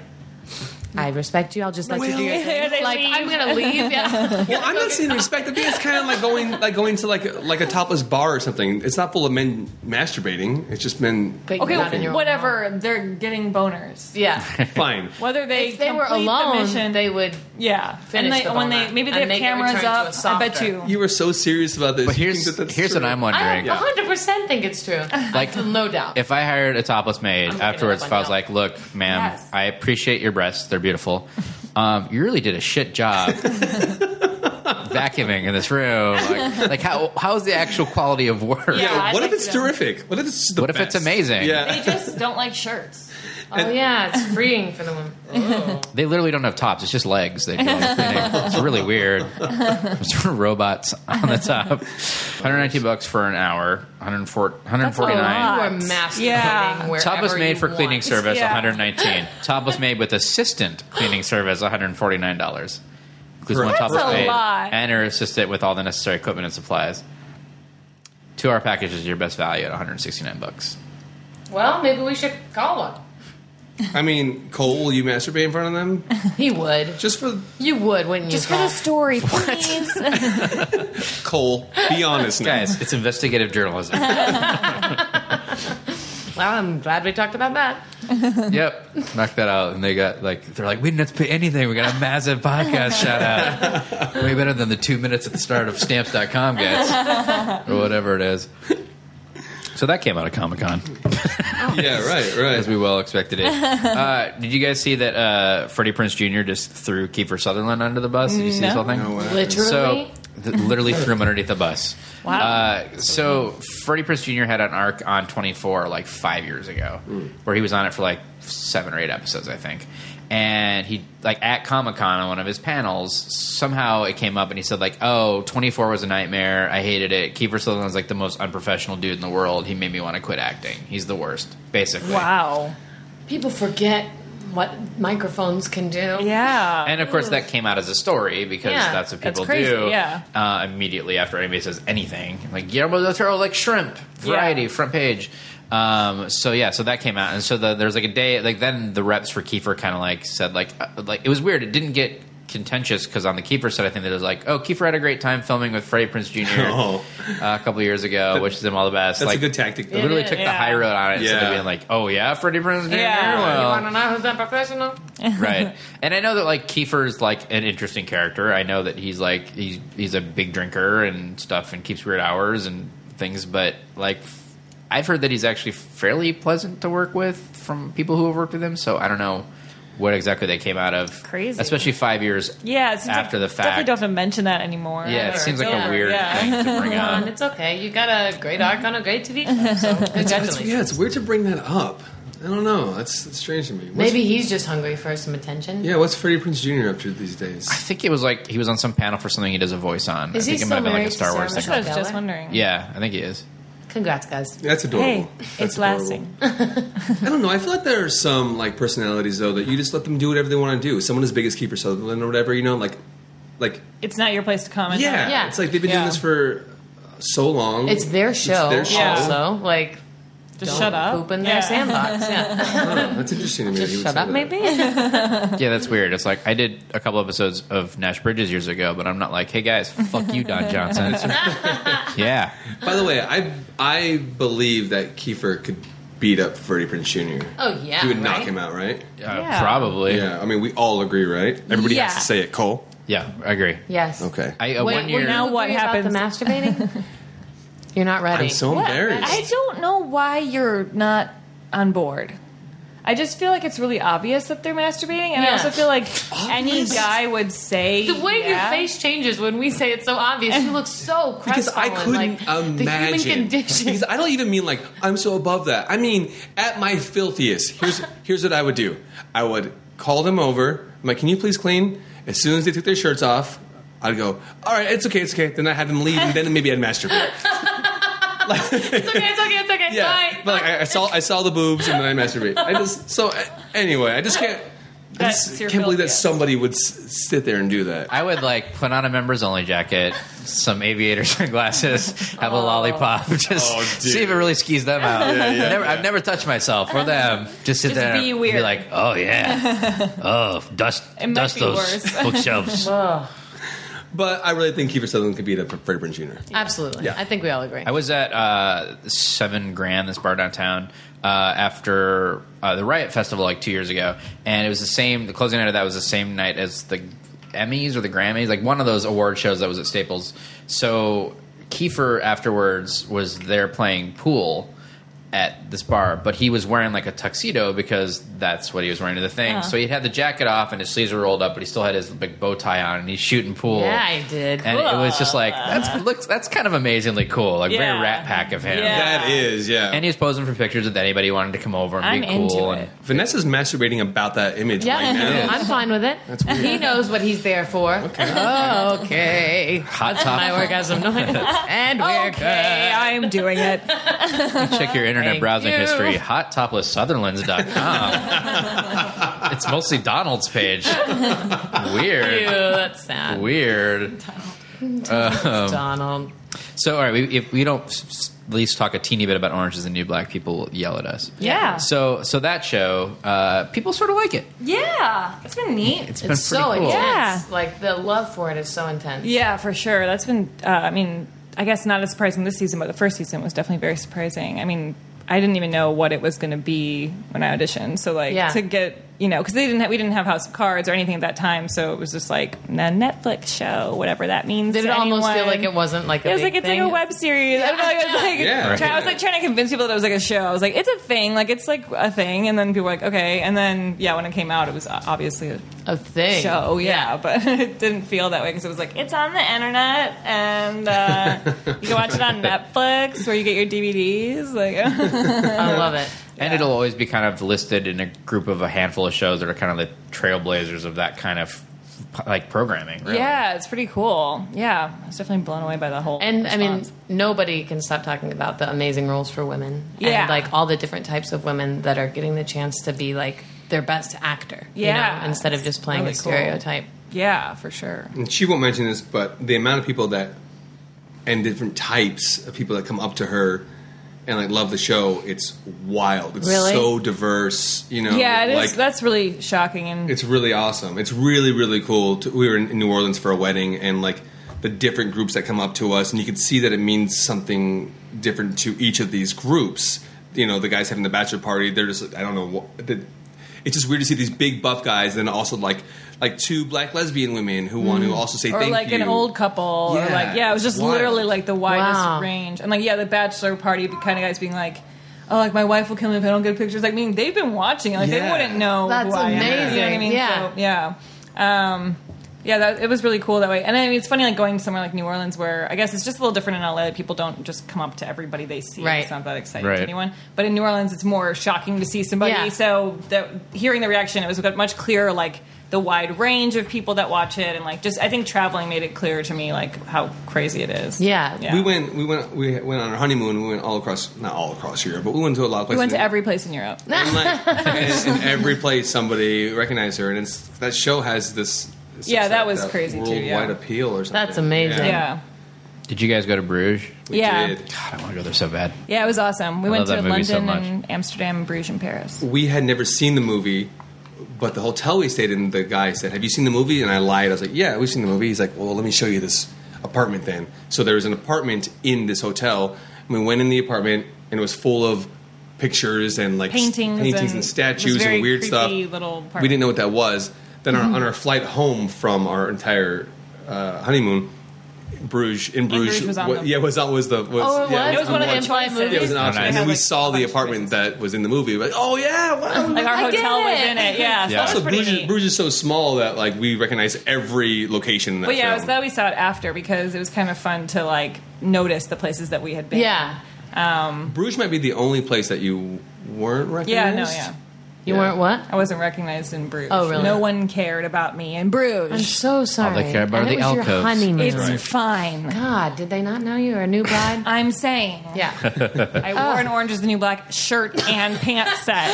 S4: I respect you. I'll just let you do your (laughs)
S6: Yeah, they
S4: thing. Like
S6: leave.
S4: I'm gonna leave. (laughs) Yeah.
S5: well, I'm not saying respect. I think it's kind of like going like going to like a- like a topless bar or something. It's not full of men masturbating. It's just men.
S4: But you're not in
S6: Okay,
S4: your own
S6: whatever. They're getting boners.
S4: Yeah.
S5: Fine.
S6: Whether they
S4: If they were
S6: complete the
S4: alone,
S6: mission-
S4: they would.
S6: yeah.
S4: finish
S6: and they,
S4: the
S6: when
S4: boner.
S6: they maybe they
S4: And they
S6: have
S4: get
S6: cameras
S4: returned to
S6: up.
S4: a
S6: I
S4: softer.
S6: bet you.
S5: You were so serious about this.
S3: But
S5: You
S3: here's
S5: think that that's
S3: here's what
S5: true.
S3: I'm
S4: I
S3: wondering.
S4: 100 percent think it's true.
S3: Like-
S4: Like no doubt.
S3: If I hired a topless maid
S4: looking it
S3: afterwards,
S4: up
S3: if I was
S4: on
S3: like, "Look, ma'am,
S6: Yes.
S3: I appreciate your breasts; they're beautiful. Um, you really did a shit
S6: (laughs)
S3: job vacuuming in this room. Like, like how how's the actual quality of work?
S6: Yeah. I'd
S5: What
S6: like
S5: if it's
S6: to know.
S5: terrific? What if it's the
S3: What if it's
S5: best?
S3: amazing?
S5: Yeah.
S6: They just don't like shirts.
S4: oh yeah, it's freeing for the woman. (laughs)
S3: They literally don't have tops; it's just legs. They do all the cleaning. It's really
S6: (laughs)
S3: weird. Sort of robots on the top. 119 bucks for an hour. 104 149.
S6: lot.
S4: You are masturbating
S6: Yeah.
S4: wherever
S3: Topless made
S4: you
S3: for
S4: want. (laughs)
S3: cleaning service,
S6: Yeah.
S3: 119. Topless made with assistant cleaning service, 149 dollars. Includes one
S5: That's
S3: topless
S6: a
S3: maid
S6: lot.
S3: and her assistant with all the necessary equipment and supplies. Two-hour package is your best value at 169 bucks.
S4: Well, maybe we should call one.
S5: I mean, Cole, will you masturbate in front of them?
S4: He would.
S5: Just for
S4: You would, wouldn't you?
S6: Just for the (laughs) story, please.
S5: Cole, be honest now.
S3: Guys, it's investigative journalism.
S4: Well, I'm glad we talked about that.
S3: yep, knocked that out, and they got like they're like, we didn't have to pay anything. We got a massive podcast shout out, way better than the two minutes at the start of Stamps.com, guys, or whatever it is. So that came out of Comic Con,
S5: Yeah, right,
S3: as
S5: right.
S3: we well expected it. Uh, did you guys see that uh, Freddie Prince Jr. just threw Kiefer Sutherland under the bus? Did you see this
S6: No.
S3: whole thing?
S5: No way.
S4: Literally.
S3: So, th- literally threw him underneath the bus.
S6: Wow.
S3: Uh, so, Freddie Prince Jr. had an arc on 24 like five years ago,
S5: Hmm.
S3: where he was on it for like seven or eight episodes, I think. And he, like, at Comic Con on one of his panels, somehow it came up and he said, like, oh, 24 was a nightmare. I hated it. Kiefer Sutherland's like the most unprofessional dude in the world. He made me want to quit acting. He's the worst, basically.
S6: wow.
S4: People forget what microphones can do.
S6: Yeah.
S3: And of course, that came out as a story because
S4: Yeah,
S3: that's what
S6: that's
S3: people
S6: crazy,
S3: do.
S6: yeah.
S3: Uh, immediately after anybody says anything, like Guillermo del Toro, like shrimp, variety,
S6: Yeah.
S3: front page. Um, so yeah, so that came out, and so the, there's like a day, like then the reps for Kiefer kind of like said like uh, like it was weird. It didn't get contentious because on the Kiefer side, I think that it was like, oh, Kiefer had a great time filming with Freddie Prince Jr.
S5: (laughs) Oh.
S3: uh, a couple years ago, wishes him all the best.
S5: That's
S3: like,
S5: a good tactic.
S3: It
S5: Though.
S3: literally
S4: Yeah,
S3: took the
S6: yeah.
S3: high road on it instead of
S5: Yeah.
S3: being like, oh yeah, Freddie Prince Jr.
S6: Yeah.
S3: Well,
S4: You want to know who's unprofessional?
S3: right
S4: (laughs)
S3: and i know that like kiefer's like an interesting character i know that he's like he's he's a big drinker and stuff and keeps weird hours and things but like f- i've heard that he's actually fairly pleasant to work with from people who have worked with him so i don't know what exactly they came out of
S6: Crazy.
S3: especially five years
S6: yeah. It seems
S3: after
S6: like
S3: the
S6: Definitely
S3: fact
S6: don't have to mention that anymore.
S3: yeah it seems like
S4: Yeah.
S3: a weird
S6: Yeah.
S3: thing to bring
S4: Come on, (laughs)
S3: up
S4: it's okay. You got a great arc on a great TV show. So
S5: That's- yeah,
S4: congratulations.
S5: it's weird to bring that up. I don't know. That's, that's strange to me. What's,
S4: Maybe he's just hungry for some attention.
S5: Yeah, what's Freddie Prince Jr. up to these days?
S3: i think it was like he was on some panel for something he does a voice on
S4: Is
S3: i
S4: he
S3: think it might
S4: still
S3: have been like a
S4: married to
S3: star wars
S4: Sarah
S3: thing
S6: That's
S3: or
S6: what I was
S3: something.
S6: just wondering.
S3: yeah i think he is
S4: Congrats, guys.
S5: That's adorable.
S6: Hey,
S5: That's
S6: it's
S5: adorable.
S6: lasting.
S5: I don't know. I feel like there are some like personalities though that you just let them do whatever they want to do. Someone as big as Keeper Sutherland or whatever, you know, like, like
S6: It's not your place to comment. on
S5: yeah,
S6: it.
S4: Yeah.
S5: it's like they've been
S6: Yeah.
S5: doing this for uh, so long.
S4: It's their show,
S5: their show.
S4: also. Like,
S6: Just
S4: don't
S6: shut up.
S4: Poop in
S6: Yeah.
S4: their
S6: (laughs)
S4: sandbox. Yeah.
S5: I don't know. (laughs) That's interesting to me. that he
S4: just
S5: would
S4: shut
S5: say
S4: up,
S5: that.
S4: maybe.
S3: Yeah, that's weird. It's like I did a couple episodes of Nash Bridges years ago, but I'm not like, hey guys, fuck you,
S6: (laughs)
S3: Don Johnson. yeah,
S5: By the way, I I believe that Kiefer could beat up Freddie Prince Jr.
S4: Oh, yeah.
S5: he would knock
S4: right?
S5: him out, right?
S3: uh,
S6: Yeah.
S3: probably. Yeah.
S5: Yeah, I mean, we all agree, right? Everybody
S6: Yeah.
S5: has to say it, Cole.
S3: I agree.
S4: Yes.
S5: Okay.
S3: I uh,
S4: Wait,
S3: one
S4: were
S3: year.
S4: you
S6: now what
S4: agree about The masturbating? (laughs) You're not ready.
S5: I'm so
S6: Yeah,
S5: embarrassed.
S6: I don't know why you're not on board. I just feel like it's really obvious that they're masturbating, and I
S4: Yeah.
S6: also feel (gasps) like any guy would say
S4: The way
S6: yeah.
S4: your face changes when we say it's so obvious, you look so
S5: (laughs) because I
S4: crestfallen.
S5: couldn't
S4: like,
S5: imagine.
S4: The human condition.
S5: Because I don't even mean like I'm so above that. I mean at my filthiest. Here's here's what I would do. I would call them over. I'm like, can you please clean? As soon as they took their shirts off, I'd go, all right, it's okay, it's okay. Then I had them leave, and then maybe
S4: (laughs)
S5: I'd masturbate.
S4: it's okay, it's okay, it's okay.
S5: Yeah,
S4: Bye.
S5: but like I, I saw I saw the boobs, and then I masturbate. I just so I- anyway, I just can't. I just
S6: That's your
S5: can't believe that
S6: filthiest.
S5: somebody would s- sit there and do that.
S3: I would like put on a members only jacket, some aviator (laughs) sunglasses, have
S6: Oh.
S3: a lollipop, (laughs) just
S5: Oh, dude.
S3: see if it really skis them out.
S5: Yeah, yeah,
S3: never,
S5: yeah.
S3: I've never touched myself or them. Just sit
S6: Just
S3: there,
S6: be
S3: and
S6: weird.
S3: like, oh yeah,
S6: (laughs)
S3: oh dust,
S6: It might
S3: dust
S6: be
S3: those
S6: worse. (laughs)
S3: bookshelves.
S5: But I really think Kiefer Sutherland could beat up Freddie Prinze Jr.
S4: (laughs) Absolutely.
S5: Yeah.
S4: I think we all agree.
S3: I was at uh, Seven Grand, this bar downtown, uh, after uh, the Riot Festival like two years ago, and it was the same. The closing night of that was the same night as the Emmys or the Grammys, like one of those award shows that was at Staples. So Kiefer afterwards was there playing pool. at this bar, but he was wearing like a tuxedo because that's what he was wearing to the thing.
S6: Oh.
S3: So he had the jacket off and his sleeves were rolled up, but he still had his big bow tie on and he's shooting pool.
S4: Yeah, I did.
S3: And it was just like that's looks that's kind of amazingly cool, like
S6: Yeah.
S3: very Rat Pack of him.
S6: Yeah.
S5: That is, yeah.
S3: And he was posing for pictures with anybody who wanted to come over and
S6: I'm
S3: be
S6: into
S3: cool.
S6: it.
S3: And
S5: Vanessa's masturbating about that image
S4: Yeah,
S5: right now.
S4: (laughs) I'm fine with it.
S5: That's weird.
S4: He knows what he's there for. Okay. Oh, okay.
S3: hot
S4: My
S3: top. (laughs)
S4: orgasm noise. And we're
S6: Okay, I'm doing
S4: (laughs)
S6: it.
S3: Check your internet
S4: Thank
S3: browsing
S4: you.
S3: history. Hot topless Sutherlands.com. it's mostly Donald's page.
S4: good. Ew,
S3: Weird.
S4: that's sad.
S3: Weird. Um,
S4: Donald.
S3: So, all right, we, if we don't s- s- at least talk a teeny bit about Orange is the New Black, people will yell at us.
S6: Yeah.
S3: So, so that show, uh, people sort of like it.
S6: Yeah. It's been neat.
S3: It's been
S4: It's
S3: pretty
S4: so
S3: cool.
S4: intense.
S6: Yeah.
S4: Like the love for it is so intense.
S6: Yeah, for sure. That's been, uh, I mean, I guess not as surprising this season, but the first season was definitely very surprising. I mean, I didn't even know what it was going to be when I auditioned. So, like,
S4: Yeah.
S6: to get, you know, because they didn't, ha- we didn't have House of Cards or anything at that time. So it was just like a Netflix show, whatever that means.
S4: Did
S6: to
S4: it almost feel
S6: anyone.
S4: like it wasn't like a
S6: It was
S4: big
S6: like it's
S4: thing?
S6: like a web series. I don't know. I was like,
S5: Yeah.
S6: try- I was like trying to convince people that it was like a show. I was like, it's a thing. Like it's like a thing. And then people were like, okay. And then yeah, when it came out, it was o- obviously a
S4: a thing.
S6: show, yeah, (laughs) but it didn't feel that way because it was like it's on the internet and uh, you can watch it on Netflix where you get your DVDs. Like, (laughs)
S4: I love it.
S3: And it'll always be kind of listed in a group of a handful of shows that are kind of the trailblazers of that kind of like programming. Really.
S6: yeah, it's pretty cool. Yeah, I was definitely blown away by the whole.
S4: (laughs) And I mean,
S6: response.
S4: nobody can stop talking about the amazing roles for women.
S6: Yeah.
S4: And like all the different types of women that are getting the chance to be like their best actor. you
S6: Yeah.
S4: know, instead of just playing
S6: Really
S4: a
S6: cool.
S4: stereotype.
S6: yeah, for sure.
S5: And she won't mention this, but the amount of people that and different types of people that come up to her and like love the show, it's wild. It's
S4: Really?
S5: so diverse, you know.
S6: Yeah, it is.
S5: like,
S6: that's really shocking and
S5: it's really awesome. It's really really cool. To, we were in, in New Orleans for a wedding, and like the different groups that come up to us, and you can see that it means something different to each of these groups. You know, the guys having the bachelor party, they're just I don't know. What, the, it's just weird to see these big buff guys, and also like like two black lesbian women who want to also say
S6: Mm. or
S5: thank
S6: like
S5: you.
S6: an old couple or
S5: Yeah,
S6: like yeah it was
S5: it's
S6: just literally
S5: wild.
S6: like the widest
S4: Wow.
S6: range and like yeah the bachelor party kind of guys being like oh like my wife will come if i don't get pictures like I mean they've been watching like they
S5: Yeah.
S6: wouldn't know
S4: That's
S6: who I am. You know what I
S4: amazing.
S6: mean?
S4: Yeah.
S6: So, yeah um yeah, that, it was really cool that way. And I mean, it's funny like going somewhere like New Orleans, where I guess it's just a little different in LA. People don't just come up to everybody they see.
S4: Right.
S6: It's not that exciting
S3: Right.
S6: to anyone. But in New Orleans, it's more shocking to see somebody.
S4: Yeah.
S6: So the, hearing the reaction, it was much clearer, like the wide range of people that watch it, and like just I think traveling made it clear to me like how crazy it is.
S4: Yeah.
S6: yeah.
S5: We went, we went, we went on our honeymoon. We went all across, not all across Europe, but we went to a lot of places.
S6: We went to every place in Europe.
S4: (laughs)
S5: And, like, and in every place, somebody recognized her, and it's, that show has this. this
S6: Yeah, that was
S5: that
S6: crazy too,
S5: Worldwide
S6: yeah.
S5: appeal or something.
S4: That's amazing.
S6: Yeah,
S3: Did you guys go to Bruges?
S5: We
S6: Yeah.
S5: did.
S3: God, I want to go there so bad.
S6: yeah, it was awesome. We
S3: I
S6: went
S3: love
S6: to
S3: that movie so
S6: London
S3: much.
S6: and Amsterdam, Bruges, and Paris.
S5: We had never seen the movie, but the hotel we stayed in, the guy said, "Have you seen the movie?" And I lied. I was like, "Yeah, we've seen the movie." He's like, "Well, let me show you this apartment then." So there was an apartment in this hotel. And we went in the apartment, and it was full of pictures and like s-
S6: Paintings,
S5: paintings
S6: and,
S5: and, statues
S6: this very
S5: and weird
S6: creepy
S5: stuff. we
S6: Little
S5: didn't
S6: apartment.
S5: know what that was. Then
S6: Mm-hmm.
S5: our, on our flight home from our entire uh, honeymoon, Bruges in Bruges,
S6: Bruges was on
S5: wa-
S6: the-
S5: yeah, was that was the was,
S4: Oh, it
S5: yeah,
S4: was? It was one
S5: on
S4: of the
S5: watch.
S4: implied movies?
S5: Yeah, it was an
S3: Oh,
S5: option,
S3: nice.
S5: and then
S6: They
S5: we
S6: had,
S5: saw
S6: like,
S5: the
S6: a bunch of
S5: apartment that was in the movie. Like, oh yeah, wow.
S6: Like our
S4: I get
S6: hotel was
S4: it.
S6: in it. Yeah,
S3: Yeah.
S6: so that was
S5: also,
S6: pretty
S5: Bruges,
S6: neat.
S5: Bruges is so small that like we recognize every location. In that
S6: But yeah, it was
S5: film.
S6: glad we saw it after because it was kind of fun to like notice the places that we had been.
S4: Yeah.
S5: Bruges might be the only place that you weren't recognized.
S6: Yeah, no, yeah.
S4: You
S5: Yeah.
S4: weren't what?
S6: I wasn't recognized in Bruges.
S4: Oh, really?
S6: No one cared about me in
S4: I'm
S6: Bruges.
S4: so sorry.
S3: they care about
S4: and
S3: are
S4: it
S3: the
S4: was your
S3: alcoves.
S4: honeymoon.
S6: it's fine.
S4: God, did they not know you were a new bride? (laughs)
S6: I'm saying.
S4: yeah.
S6: (laughs) I wore an Orange is the New Black shirt and (laughs) pants set.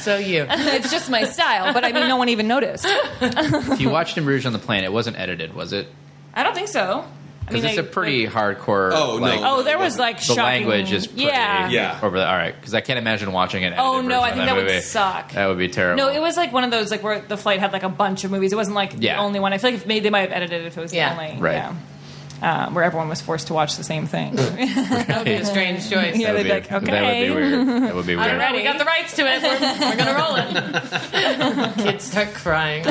S4: So
S6: (laughs)
S4: you.
S6: it's just my style, but I mean, no one even noticed.
S3: If you watched in Bruges on the plane, it wasn't edited, was it?
S6: I don't think so. I
S3: Because
S6: mean,
S3: it's
S6: they-
S3: a pretty
S6: like-
S3: hardcore.
S5: Oh, no.
S3: like,
S6: oh, there was like
S3: the
S6: shocking.
S3: language is pretty
S6: yeah.
S5: Yeah.
S3: over the all right because I can't imagine watching it.
S6: Oh, no, I think that would
S3: movie.
S6: suck.
S3: That would be terrible.
S6: No, it was like one of those like where the flight had like a bunch of movies. It wasn't like
S3: Yeah.
S6: the only one. I feel like if maybe they might have edited it if it was
S4: Yeah.
S6: the only
S3: Right.
S6: yeah. Uh, where everyone was forced to watch the same thing. (laughs)
S4: That would be a strange choice.
S6: Yeah.
S3: That would be-
S6: they'd be like,
S3: That would
S6: okay.
S3: be weird. That
S6: (laughs)
S3: would be weird.
S4: All right, we got the rights to it. We're, we're gonna roll it.
S6: (laughs)
S4: Kids start crying.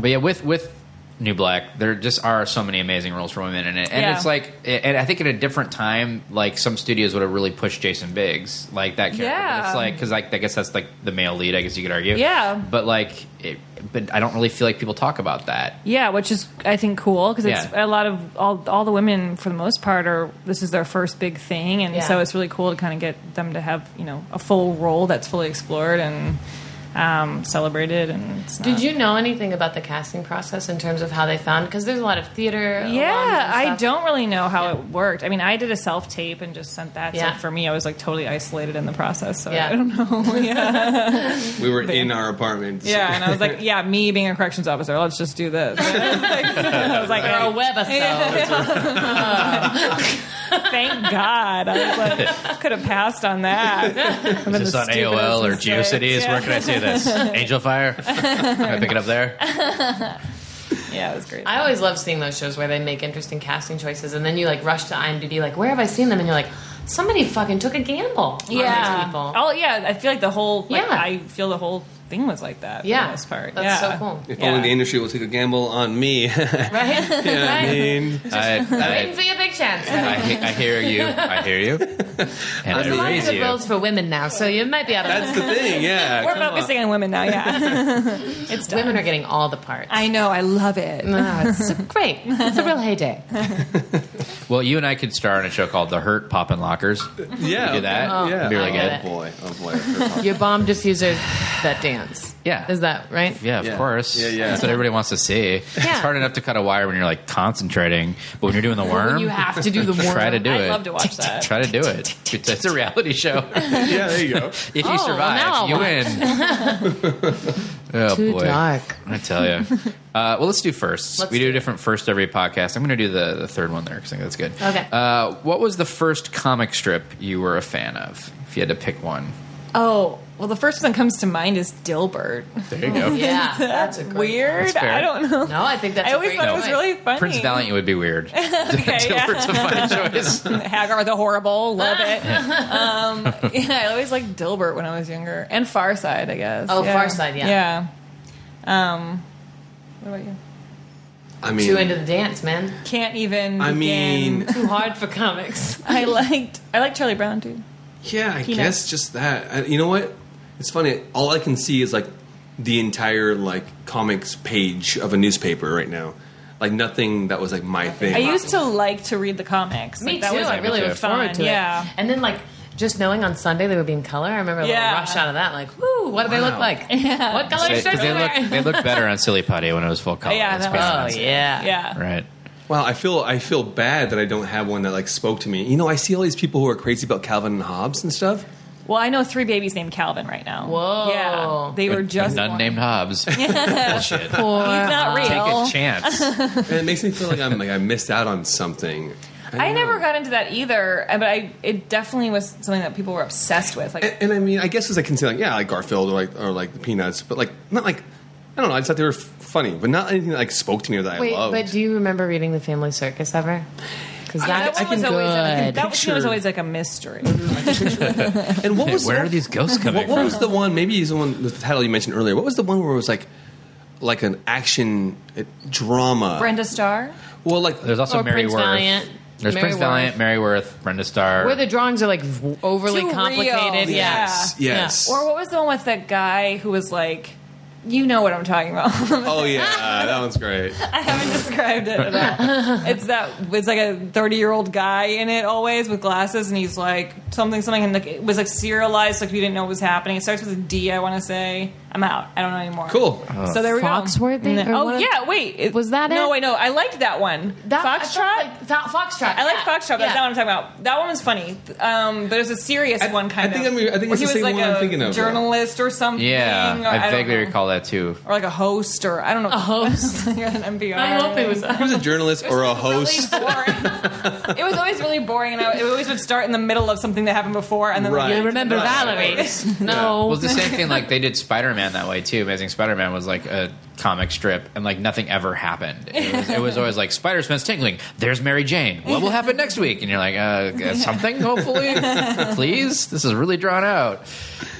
S3: But yeah, with with New Black. There just are so many amazing roles for women in it, and
S6: Yeah.
S3: it's like, and I think at a different time, like some studios would have really pushed Jason Biggs like that character. But
S6: Yeah.
S3: it's like because like I guess that's like the male lead. I guess you could argue.
S6: Yeah.
S3: but like, it, but I don't really feel like people talk about that.
S6: Yeah, which is I think cool because it's
S3: Yeah.
S6: a lot of all all the women for the most part are this is their first big thing, and
S4: Yeah.
S6: so it's really cool to kind of get them to have you know a full role that's fully explored and um, celebrated. And it's
S4: Did
S6: not-
S4: you know anything about the casting process in terms of how they found? Because there's a lot of theater. alums
S6: Yeah,
S4: and
S6: I
S4: stuff.
S6: don't really know how it worked. I mean, I did a self tape and just sent that.
S4: Yeah.
S6: So for me, I was like totally isolated in the process. So
S4: Yeah.
S6: I don't know. (laughs) yeah.
S5: We were in our apartment.
S6: yeah, and I was like, yeah, me being a corrections officer, let's just do this. (laughs) I was like,
S4: Or a
S6: oh,
S4: webisode.
S6: thank God. I was like, could have passed on (laughs) that.
S3: Is this
S6: the
S3: on AOL or
S6: stupidest
S3: GeoCities?
S6: mistakes,
S3: Where
S6: yeah.
S3: can I see
S6: (laughs)
S3: this? Angel Fire? Can I pick it up there?
S6: Yeah, it was
S4: (laughs)
S6: great.
S4: I always love seeing those shows where they make interesting casting choices, and then you like rush to IMDb, like where have I seen them? And you're like, somebody fucking took a gamble. on these people.
S6: Oh, yeah. I feel like the whole. Like,
S4: Yeah.
S6: I feel the whole thing was like that. For
S4: Yeah.
S6: the most part.
S4: That's
S6: yeah.
S4: so
S6: (laughs)
S4: cool.
S5: If
S6: Yeah.
S5: only the industry will take a gamble on me. (laughs)
S6: (laughs)
S4: Right?
S5: I
S4: right?
S5: mean,
S3: I,
S4: Waiting
S3: I,
S4: for your big chance.
S3: I, he- I hear you. I hear
S6: (laughs)
S3: you. And I
S4: There's a lot of
S3: raise
S4: good
S3: you.
S4: roles for women now, so you might be able to.
S5: that's the thing. Yeah,
S6: We're
S5: come on.
S6: focusing on women now. Yeah. it's done.
S4: Women are getting all the parts.
S6: (laughs) I know. I love it.
S4: Ah, it's
S6: (laughs)
S4: so great. It's a real heyday.
S3: Well, you and I could star in a show called The Hurt Poppin' Lockers.
S5: Yeah,
S3: do that.
S5: Yeah,
S3: Be really
S5: oh,
S4: good.
S5: boy, oh (laughs) boy.
S4: Your bomb just users that dance.
S3: Yeah.
S4: Is that right?
S3: Yeah, of
S5: Yeah.
S3: course.
S5: Yeah, yeah.
S3: That's what everybody wants to see. It's hard enough to cut a wire when you're like concentrating, but when you're doing the worm,
S4: You have to do the worm.
S3: try to do
S6: I
S3: it.
S6: love to watch
S3: (laughs)
S6: that.
S3: Try to do
S4: (laughs)
S3: it. It's, it's a reality show.
S5: yeah, there you go.
S3: If you
S4: Oh, now
S3: survive, you
S4: I'll
S3: win.
S4: (laughs)
S3: oh
S4: Too
S3: boy.
S4: dark.
S3: I tell
S4: (laughs)
S3: you. Uh, well, let's do 1st
S4: Let's
S3: we do,
S4: do
S3: a different first every podcast. I'm going to do the, the third one there because I think that's good.
S4: Okay.
S3: Uh, what was the first comic strip you were a fan of? If you had to pick one,
S6: Oh, well, the first one that comes to mind is Dilbert.
S3: there you go.
S4: Oh, Yeah, that's a great
S6: Weird.
S3: That's fair.
S6: I don't know.
S4: No, I think that's.
S6: I
S4: a
S6: always
S4: great
S6: thought it
S4: choice.
S6: was really funny.
S3: Prince Valiant would be
S4: (laughs)
S3: weird. (laughs)
S6: Okay, yeah.
S3: Dilbert's a funny choice.
S6: (laughs) Hagar the Horrible. Love (laughs) it. um, yeah, I always liked Dilbert when I was younger. And Farside, I guess.
S4: Oh,
S6: yeah.
S4: Farside, yeah.
S6: Yeah. Um, what about you?
S5: I mean,
S4: Too into the dance, man.
S6: Can't even.
S5: I
S6: begin.
S5: mean,
S4: Too hard for comics.
S6: I liked I liked Charlie Brown too.
S5: yeah, I
S6: Peanuts.
S5: guess just that. I, you know what? It's funny. All I can see is like the entire like comics page of a newspaper right now. Like nothing that was like my thing.
S6: I used to like to read the comics.
S4: Me
S6: Like, that
S4: too.
S6: Was,
S4: I really
S3: too.
S4: look forward to
S6: Yeah.
S4: it. And then like just knowing on Sunday they would be in color. I remember a little
S6: Yeah.
S4: rush out of that. Like, woo, what do they look
S5: Wow.
S4: like? What color
S3: They,
S4: shirts
S3: 'cause they
S4: are
S3: look they look better on Silly Putty when it was full color.
S6: Yeah,
S3: let's
S6: that
S3: be
S6: was-
S4: Oh
S3: honest.
S4: yeah,
S6: yeah.
S3: Right.
S5: Wow, I feel I feel bad that I don't have one that like spoke to me. You know, I see all these people who are crazy about Calvin and Hobbes and stuff.
S6: Well, I know three babies named Calvin right now.
S4: Whoa.
S6: Yeah. They were just
S3: none
S6: born.
S3: named Hobbs. Bullshit.
S4: Poor
S6: He's not
S3: Take
S6: real.
S3: a chance.
S5: And it makes me feel like I'm like I missed out on something.
S6: I
S5: don't
S6: never
S5: know.
S6: got into that either, uh, but I it definitely was something that people were obsessed with. Like
S5: And, and I mean, I guess as I can say, like yeah, like Garfield or like or like the Peanuts, but like not like I don't know. I just thought they were f- funny, but not anything that like spoke to me or that
S4: Wait,
S5: I loved.
S4: but do you remember reading the Family Circus ever? Because
S6: that
S4: that's
S6: one was
S4: good.
S6: always like, that was,
S5: Picture- Mm-hmm.
S6: was always like a mystery.
S5: and what was
S3: Where
S5: what,
S3: are these ghosts coming
S5: what, what
S3: from?
S5: was the one? Maybe it's the one the title you mentioned earlier. What was the one where it was like like an action uh, drama?
S6: Brenda Starr.
S5: Well, like
S3: There's also
S4: Or
S3: Mary
S4: Prince
S3: Worth.
S4: Valiant.
S3: There's
S4: Mary
S3: Prince Valiant,
S4: Worth.
S3: Mary Worth, Brenda Starr.
S4: Where the drawings are like v- overly
S6: Too real.
S4: complicated. Yeah.
S5: yes, yes.
S6: Or what was the one with that guy who was like, you know what I'm talking about. (laughs)
S5: oh yeah, uh, that
S4: (laughs)
S5: one's great.
S6: I haven't described it at all. It's that it's like a thirty year old guy in it always with glasses, and he's like something something, and like it was like serialized, like we didn't know what was happening. It starts with a D. I want to say I'm out. I don't know anymore.
S5: Cool.
S3: Uh-huh.
S6: So there we
S4: Foxworthy?
S6: go. No.
S4: Or one
S6: Oh
S4: of-
S6: yeah. Wait. It,
S4: Was that
S6: No.
S4: it?
S6: Wait. No. I liked that one.
S4: That, I
S6: Foxtrot.
S4: thought,
S6: I,
S4: like, Fo- Foxtrot.
S6: like
S4: yeah.
S6: Foxtrot.
S4: Yeah.
S6: That's not what I'm talking about. That one was funny, um, but it was a serious
S5: I-
S6: one kind
S5: I think
S6: of.
S5: I'm- I think
S6: where
S5: it's
S6: he
S5: the
S6: was
S5: same
S6: like
S5: one I'm
S6: a
S5: thinking of, though.
S6: journalist or something.
S3: yeah,
S6: or
S3: I
S6: don't
S3: vaguely
S6: know.
S3: recall that too.
S6: Or like a host, or I don't know.
S4: A
S6: (laughs)
S4: host?
S6: An NPR.
S4: I hope it
S6: (laughs)
S4: was.
S5: He was a journalist (laughs) or a host.
S6: Really boring.
S5: (laughs)
S6: it was always really boring, and I, it always would start in the middle of something that happened before, and then
S5: Right.
S4: I remember
S5: Right.
S4: Valerie.
S6: (laughs)
S4: (laughs) No.
S3: Well, it's the same thing. Like they did Spider Man that way too. Amazing Spider Man was like a comic strip, and like nothing ever happened. It was, it was always like Spider Sense tingling. There's Mary Jane. What will happen uh, next week? And you're like, uh, something. Hopefully, please. This is really drawn out.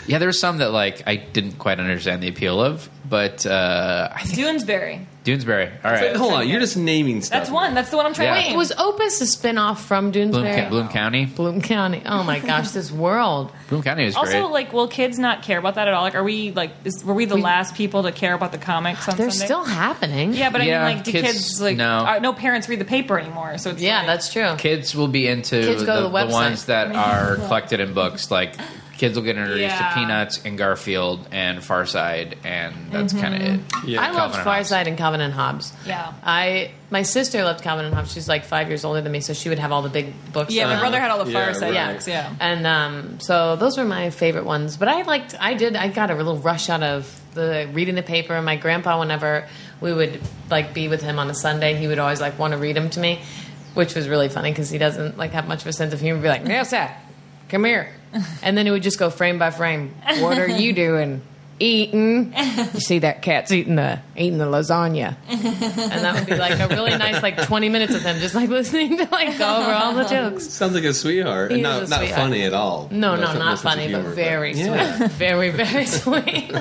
S3: yeah, there were some that like I didn't quite understand the appeal of, but uh, I think
S5: (laughs)
S6: Doonesbury.
S3: Doonesbury. All
S5: Wait,
S3: right,
S5: hold on, you're just naming stuff.
S6: That's one. That's the one I'm trying
S3: Yeah.
S6: to name.
S4: Was Opus a spinoff from
S3: Bloom,
S4: Doonesbury?
S3: Ca- Bloom County.
S4: Bloom County. Oh
S6: (laughs)
S4: my gosh, this world.
S3: Bloom County is
S6: also,
S3: great.
S6: like, will kids not care about that at all? Like, are we like, is, were we the last people to care about the comics on
S4: They're
S6: Sunday?
S4: still happening.
S6: yeah, but I
S3: Yeah,
S6: mean, like, do
S3: kids-
S6: kids, like
S3: no.
S6: are- no parents read the paper anymore? So it's
S4: Yeah,
S6: like-
S4: that's true.
S3: kids will be into
S4: Kids
S3: the,
S4: go to the
S3: the ones
S4: website. (laughs)
S3: that are collected in books. Like kids will get introduced
S6: Yeah.
S3: to Peanuts and Garfield and Farside, and that's kind of it.
S5: Yeah.
S4: I loved
S3: Calvin and Hobbes.
S4: Farside and Calvin and Hobbes.
S6: Yeah.
S4: I my sister loved Calvin and Hobbes. She's like five years older than me, so she would have all the big books.
S6: Yeah, my
S4: around.
S6: brother had all the
S5: Yeah,
S6: fireside
S5: right.
S6: books. Yeah.
S4: And um, so those were my favorite ones. But I liked, I did, I got a little rush out of the reading the paper. My grandpa, whenever we would like be with him on a Sunday, he would always like want to read them to me, which was really funny because he doesn't like have much of a sense of humor. He'd Be like, yes, sir, come here, and then it would just go frame by frame. What are you doing? Eating. You see that cat's eating the eating the lasagna, and that would be like a really nice like twenty minutes of them just like listening to like go over all the jokes.
S5: Sounds like a sweetheart,
S4: He is
S5: and not,
S4: a
S5: not
S4: sweetheart.
S5: funny at all.
S4: No,
S5: You
S4: no,
S5: know, some-
S4: not
S5: sense of
S4: funny,
S5: humor,
S4: but very
S3: (laughs)
S5: yeah.
S4: sweet. Very, very sweet.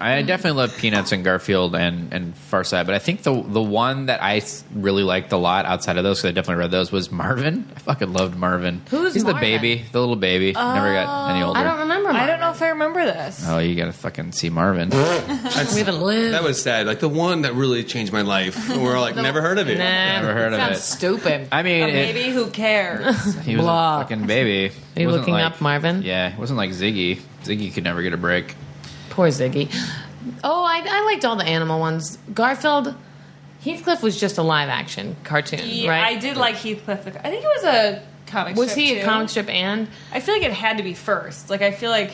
S3: I definitely love Peanuts and Garfield and and Farside, but I think the the one that I s- really liked a lot outside of those, because I definitely read those, was Marvin. I fucking loved Marvin.
S4: Who's
S3: He's the
S4: Marvin?
S3: baby, the little baby. Never got any older.
S4: Oh, I don't remember.
S6: I
S4: Marvin.
S6: don't know if I remember this.
S3: Oh, you gotta fucking see Marvin.
S5: (laughs)
S4: We haven't lived.
S5: That was sad. Like the one that really changed
S4: (laughs)
S5: my life. And we're all like, never heard of it.
S4: Nah,
S3: Never heard of
S4: sounds
S3: it.
S4: Stupid.
S3: I mean, it-
S6: Maybe who (laughs) cares?
S3: he was
S4: Blah.
S3: a fucking baby.
S4: Are you
S3: Wasn't
S4: looking
S3: like-
S4: up Marvin?
S3: Yeah, it wasn't like Ziggy. Ziggy could never get a break.
S4: Poor Ziggy. Oh, I, I liked all the animal ones. Garfield, Heathcliff was just a live action cartoon,
S6: Yeah,
S4: right?
S6: I did like Heathcliff. The, I think it was a comic.
S4: was
S6: strip,
S4: he a
S6: too.
S4: comic strip and?
S6: I feel like it had to be first. Like I feel like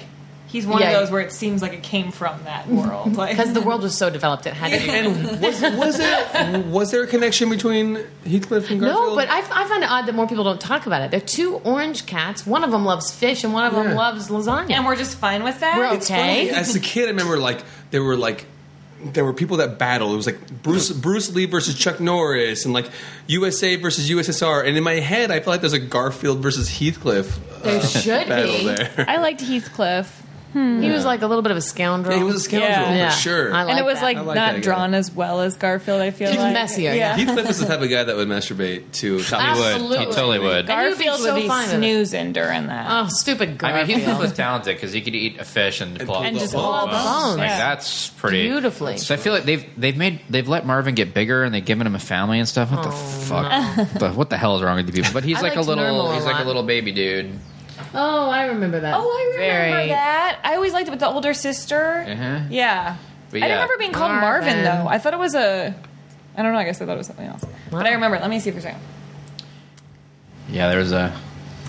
S6: he's one
S4: Yeah.
S6: of those where it seems like it came from (laughs) that world. Like
S4: Because the world was so developed, it had to be.
S5: And was, was it was there a connection between Heathcliff and Garfield?
S4: No, but I, I find it odd that more people don't talk about it. They're two orange cats. One of them loves fish, and one of them
S5: Yeah.
S4: loves lasagna.
S6: and we're just fine with that.
S4: We're
S5: It's
S4: okay.
S5: funny, As a kid, I remember like there were like there were people that battled. It was like Bruce Bruce Lee versus Chuck Norris, and like USA versus USSR. And in my head, I feel like there's a Garfield versus Heathcliff uh,
S3: (laughs)
S4: there should
S5: battle
S4: be.
S5: there. (laughs)
S6: I liked (laughs) Heathcliff,
S4: He was like a little bit of a scoundrel.
S5: He was a scoundrel
S4: Yeah.
S5: for sure.
S4: I
S6: and it
S4: like
S6: was
S4: that.
S6: like
S5: I like that guy.
S6: not drawn as well as Garfield. I feel
S4: He's
S6: like
S4: messier, yeah.
S5: Heathcliff is the type of guy that would masturbate to Tommy Wood.
S4: Absolutely.
S3: He totally would.
S4: And you'd be
S6: Garfield
S4: so
S6: would be
S4: fine with it.
S6: snoozing during that.
S4: Oh, stupid
S3: I
S4: Garfield.
S3: mean, Heathcliff was talented because he could eat a fish and pull
S6: and
S3: out
S6: just
S3: bones.
S6: all
S4: bones.
S6: bones.
S3: Like
S6: Yeah.
S3: that's pretty
S4: Beautifully.
S3: So I feel like they've they've made they've let Marvin get bigger and they've given him a family and stuff. What the fuck? The- what the hell is wrong with the people? But he's
S4: I
S3: like a
S4: liked Normal
S3: little
S4: a
S3: he's like a
S4: lot.
S3: little baby dude.
S4: oh, I remember that.
S6: Oh, I remember
S4: Very-
S6: that. I always liked it with the older sister.
S3: Uh-huh.
S6: Yeah.
S3: But
S6: I
S3: yeah.
S6: didn't remember being called
S4: Marvin.
S6: Marvin. though. I thought it was a. I don't know. I guess I thought it was something else. But I remember. it. Let me see for a second.
S3: Yeah, there was a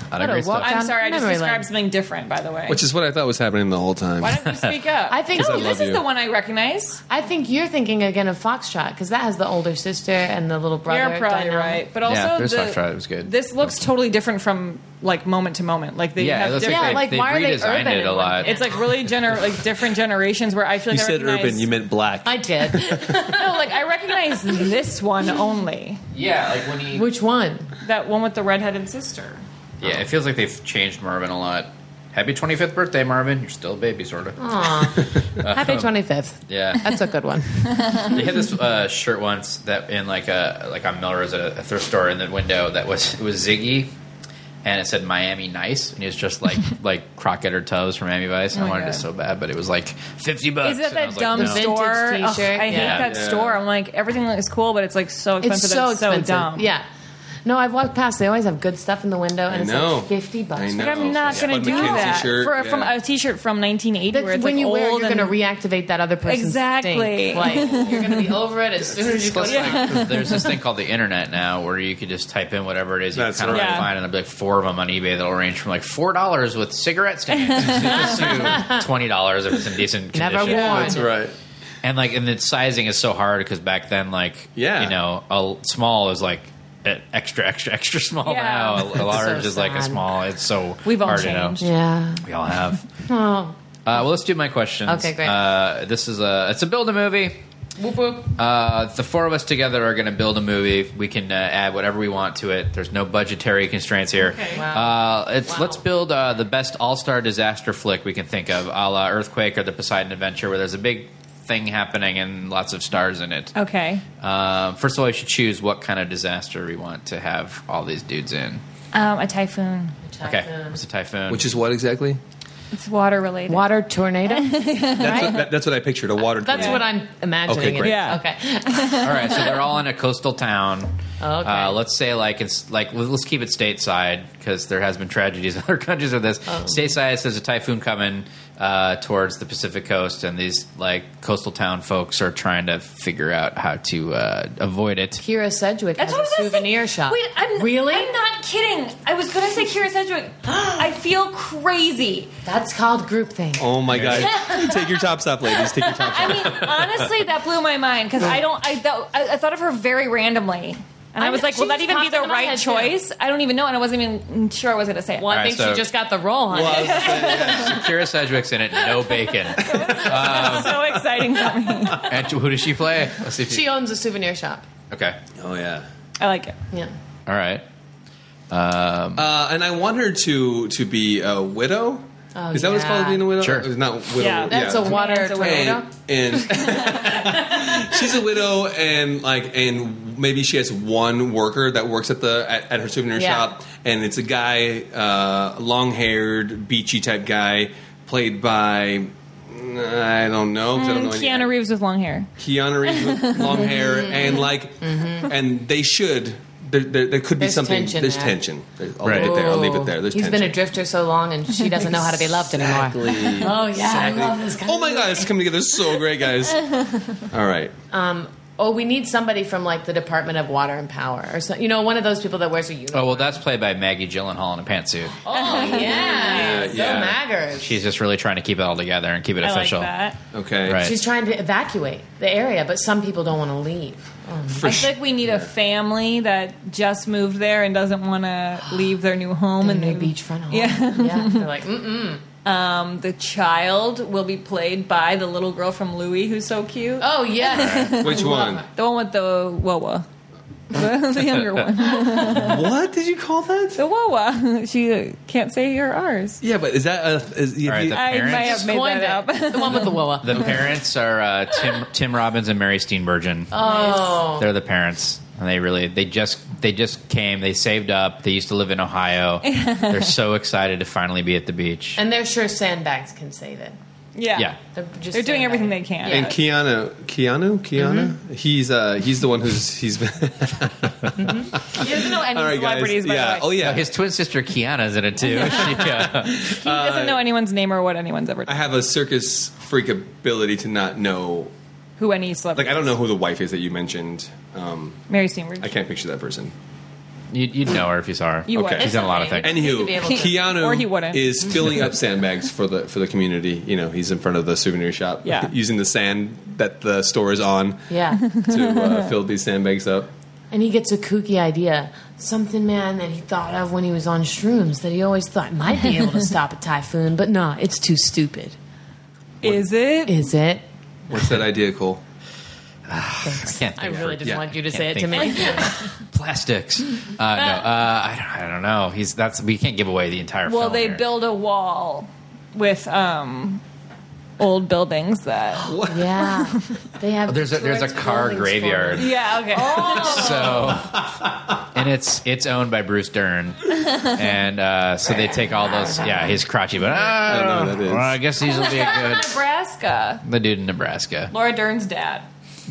S3: lot of
S4: a
S3: great
S4: walk-
S3: stuff.
S6: I'm
S4: Found
S6: sorry. I just
S4: memory
S6: described
S4: lane.
S6: something different, by the way.
S5: Which is what I thought was happening the whole time.
S6: Why don't you speak up?
S4: I think- 'Cause I
S6: no. this
S5: love
S6: is
S5: you.
S6: the one I recognize.
S4: I think you're thinking again of Foxtrot because that has the older sister and the little brother.
S6: You're probably
S4: dynamic.
S6: right. But also,
S3: there's
S6: the,
S3: Foxtrot, it was good.
S6: This looks totally different from like moment to moment. Like they
S3: Yeah, it
S6: have
S3: looks
S6: different.
S4: Yeah,
S3: like,
S4: like,
S3: they,
S4: why are they
S3: redesigned
S4: urban
S3: it a
S4: and-
S3: lot.
S6: It's like really gener- like different generations where I feel
S5: you
S6: like I
S5: said
S6: recognize,
S5: urban, you meant black.
S4: I
S6: (laughs)
S4: did. (laughs)
S6: no, like I recognize this one only.
S3: yeah, like when he
S4: Which one?
S6: That one with the redheaded sister.
S3: Yeah, it feels like they've changed Marvin a lot. Happy 25th birthday, Marvin. You're still a baby, sort of.
S4: Oh.
S6: (laughs)
S4: Happy 25th.
S3: Yeah,
S4: That's a good one.
S3: they had this uh, shirt once that in like a like on Melrose at a, a thrift store in the window that was it was Ziggy, and it said Miami Nice, and he was just
S6: (laughs)
S3: like like Crockett or Tubbs from Miami Vice. And I
S6: Oh my
S3: wanted it
S6: God.
S3: so bad, but it was like 50 bucks.
S6: Is that
S3: and I
S6: that
S3: was
S6: dumb
S3: like, no.
S4: vintage
S6: store? Ugh,
S4: t-shirt.
S6: I
S3: Yeah.
S6: hate that
S5: Yeah.
S6: store. I'm like everything looks cool, but it's like so
S4: It's
S6: expensive.
S4: so expensive.
S6: so dumb.
S4: Yeah. No, I've walked past. They always have good stuff in the window, and
S5: I
S4: it's
S5: know.
S4: like fifty bucks.
S5: I know.
S6: Like, I'm not
S5: Yeah.
S6: gonna
S5: Bud
S6: do
S5: McKenzie
S6: that
S5: shirt,
S6: for
S5: yeah.
S6: from a T-shirt from 1980
S4: That
S6: where it's
S4: when
S6: like
S4: you
S6: old
S4: wear, it, you're
S6: and
S4: going to reactivate that other person's
S6: Exactly.
S4: Stink. Like you're going to be over it as
S6: (laughs)
S4: soon as you go
S3: Plus,
S4: to
S3: like, there's this thing called the internet now where you could just type in whatever it is you
S5: That's
S3: kind of
S5: right.
S3: want to
S6: Yeah.
S3: find, and there'll be like four of them on eBay that'll range from like four dollars with
S6: (laughs)
S3: cigarette stands to twenty dollars if it's in decent
S4: Never
S3: condition.
S4: worn.
S5: That's right.
S3: And like, and the sizing is so hard because back then, like,
S5: Yeah.
S3: you know, a l- small is like a extra, extra, extra (laughs) small
S6: Yeah.
S3: now. A- A, large
S4: so
S3: is like a
S4: sad.
S3: small. It's so
S6: We've all
S3: hard
S6: changed.
S3: to know.
S4: Yeah.
S3: We all have.
S4: Oh.
S3: Uh, well, let's do my questions.
S4: Okay, great.
S3: Uh, this is a it's a build a movie.
S4: Whoop whoop.
S3: Uh, the four of us together are going to build a movie. We can uh, add whatever we want to it. There's no budgetary constraints here.
S6: Okay.
S4: Wow.
S3: Uh, it's
S4: Wow.
S3: let's build uh, the best all-star disaster flick we can think of, a la Earthquake or the Poseidon Adventure, where there's a big thing happening and lots of stars in it.
S6: Okay.
S3: Uh, first of all, we should choose what kind of disaster we want to have all these dudes in.
S6: Um, a typhoon.
S3: Okay,
S4: Typhoon.
S3: it's a typhoon.
S5: Which is what exactly?
S6: It's water related.
S4: Water tornado.
S5: That's, what, that, that's what I pictured. A
S4: (laughs)
S5: water.
S4: That's
S5: tornado.
S4: what I'm imagining.
S5: Okay,
S4: it.
S5: great.
S6: Yeah.
S4: Okay.
S3: all right. So they're all in a coastal town.
S4: Oh, (laughs) okay.
S3: Uh, let's say like it's like let- let's keep it stateside because there has been tragedies (laughs) in other countries with this.
S4: Oh.
S3: Stateside says a typhoon coming uh, towards the Pacific coast, and these like coastal town folks are trying to figure out how to uh, avoid it.
S4: Kira Sedgwick
S6: That's what I
S4: has
S6: was
S4: a
S6: gonna say.
S4: souvenir shop.
S6: Wait, I'm
S4: really?
S6: I'm not kidding. I was gonna say Kira Sedgwick. (gasps) I feel crazy.
S4: That's called groupthink.
S5: (laughs) Oh my god! Take your tops off, ladies. Take your tops
S6: I mean, honestly, that blew my mind because I don't. I, thought I, I thought of her very randomly, and I
S4: I
S6: was
S4: know,
S6: like,
S4: she
S6: "Will that
S4: just
S6: even be
S4: popped
S6: the
S4: into my
S6: right
S4: head, too.
S6: choice?" I don't even know, and I wasn't even sure I was gonna say it.
S4: Well, I
S3: All right,
S4: think
S3: so-
S4: she just got the role, honey.
S5: (laughs) Well, I was gonna say, yeah.
S3: Kira Sedgwick's in it, no bacon.
S4: (laughs)
S6: so exciting for me.
S3: and who does she play? Let's see if
S4: She
S3: you-
S4: owns a souvenir shop.
S3: okay.
S5: Oh yeah.
S6: I like it.
S4: Yeah.
S3: All right.
S5: Uh, and I want her to to be a widow.
S4: Oh,
S5: Is that what's
S4: yeah.
S5: called being a widow?
S3: Sure.
S5: It's not widow.
S6: Yeah,
S4: That's a water
S6: That's a widow.
S4: tornado.
S5: and, and
S4: (laughs)
S5: she's a widow and like and maybe she has one worker that works at the at, at her souvenir
S4: Yeah.
S5: shop and it's a guy uh long haired beachy type guy played by I don't know. 'cause I
S4: Mm,
S5: don't know any
S6: Keanu Reeves with long hair.
S5: Keanu Reeves
S4: (laughs)
S5: with long hair and like and they should there, there, there could be
S4: Mm-hmm. There's
S5: something
S4: tension
S5: there's
S4: there.
S5: tension There- I'll
S3: Right.
S5: leave it there I'll leave
S4: Oh,
S5: it there there's
S4: He's
S5: tension
S4: been a drifter so long, and she doesn't know how to be loved anymore.
S5: Exactly.
S4: (laughs) Oh yeah, I love this guy.
S5: oh my god it's coming together so great
S6: (laughs)
S5: guys all right
S6: Um,
S4: Oh, we need somebody from like the Department of Water and Power, or so, you know, one of those people that wears a uniform.
S3: Oh well, that's played by Maggie Gyllenhaal in a pantsuit.
S5: (laughs)
S4: Oh yeah, so
S5: yeah.
S4: maggers.
S3: She's just really trying to keep it all together and keep it
S6: I like
S3: official.
S6: that.
S5: okay
S3: Right.
S4: She's trying to evacuate the area, but some people don't want to leave.
S6: I feel like we need a family that just moved there and doesn't want to leave their new home
S4: And
S6: and
S4: their
S6: they
S4: beachfront home.
S6: Yeah.
S4: yeah. (laughs) They're like, mm-mm.
S6: Um, the child will be played by the little girl from Louie, who's so cute.
S4: Oh yes. (laughs)
S5: which one
S6: The one with the Wawa. (laughs) the the younger one.
S5: what did you call that
S6: The Wawa. (laughs) She uh, can't say her R's.
S5: Yeah, but is that a? Is,
S3: All right,
S5: you-
S3: the
S6: I
S3: parents.
S6: may have made
S4: Coined
S6: that
S4: it.
S6: up.
S4: the one with the woa.
S3: The parents are uh, Tim Tim Robbins and Mary Steenburgen.
S4: oh.
S3: They're the parents, and they really they just they just came. They saved up. They used to live in
S6: (laughs)
S3: Ohio. They're so excited to finally be at the beach.
S4: And they're sure sandbags can save it.
S6: (laughs) yeah.
S3: yeah,
S4: They're just
S6: They're doing
S4: sandbags.
S6: everything they can.
S5: and Keanu, Keanu, Keanu.
S6: Mm-hmm.
S5: He's uh, he's the one who's he's
S6: (laughs)
S5: been.
S6: He doesn't know any
S5: All right,
S6: celebrities,
S5: guys.
S6: by
S5: Yeah.
S6: the
S5: Oh
S6: way.
S5: yeah.
S3: Uh, his twin sister Kiana's in it too.
S6: (laughs)
S3: She, uh,
S6: He doesn't know anyone's name or what anyone's ever
S5: I
S6: done.
S5: have a circus freak ability to not know.
S6: Who any
S5: Like
S6: celebrity.
S5: I don't know who the wife is that you mentioned. Um,
S6: Mary Steenburgen.
S5: I can't picture that person.
S3: you'd, you'd know her if you saw her.
S6: You
S5: Okay.
S6: would.
S3: She's in a lot of things.
S5: Anywho,
S4: He'd be able to.
S5: Keanu
S6: Or he wouldn't.
S5: is filling up sandbags for the for the community. You know, he's in front of the souvenir shop,
S6: Yeah.
S5: (laughs) using the sand that the store is on
S4: Yeah.
S5: to uh,
S6: (laughs)
S5: fill these sandbags up.
S4: And he gets a kooky idea. Something, man, that he thought of when he was on shrooms that he always thought might be (laughs) able to stop a typhoon, but nah, it's too stupid.
S6: Is it?
S4: Is it?
S5: What's that idea, Cole?
S3: Can't
S4: I
S3: think of
S4: really
S3: her.
S4: just
S5: Yeah,
S4: wanted you to
S3: can't
S4: say it to
S3: think
S4: me.
S3: plastics. Uh, no, uh, I, don't, I don't know. He's that's we can't give away the entire.
S6: Well,
S3: film
S6: they
S3: here.
S6: build a wall with um, old buildings that.
S4: (laughs)
S6: (gasps)
S4: yeah. They have
S3: There's a there's a
S4: Tourette's
S3: car
S4: buildings for
S3: graveyard.
S4: them.
S6: Yeah. Okay.
S3: Oh.
S6: (laughs)
S3: So, and it's it's owned by Bruce Dern, and uh, so they take all those. Yeah, he's crotchety, but ah, I
S5: don't know who that is.
S3: Well, I guess these will be a
S6: Nebraska.
S3: good. The dude in Nebraska.
S6: Laura Dern's dad.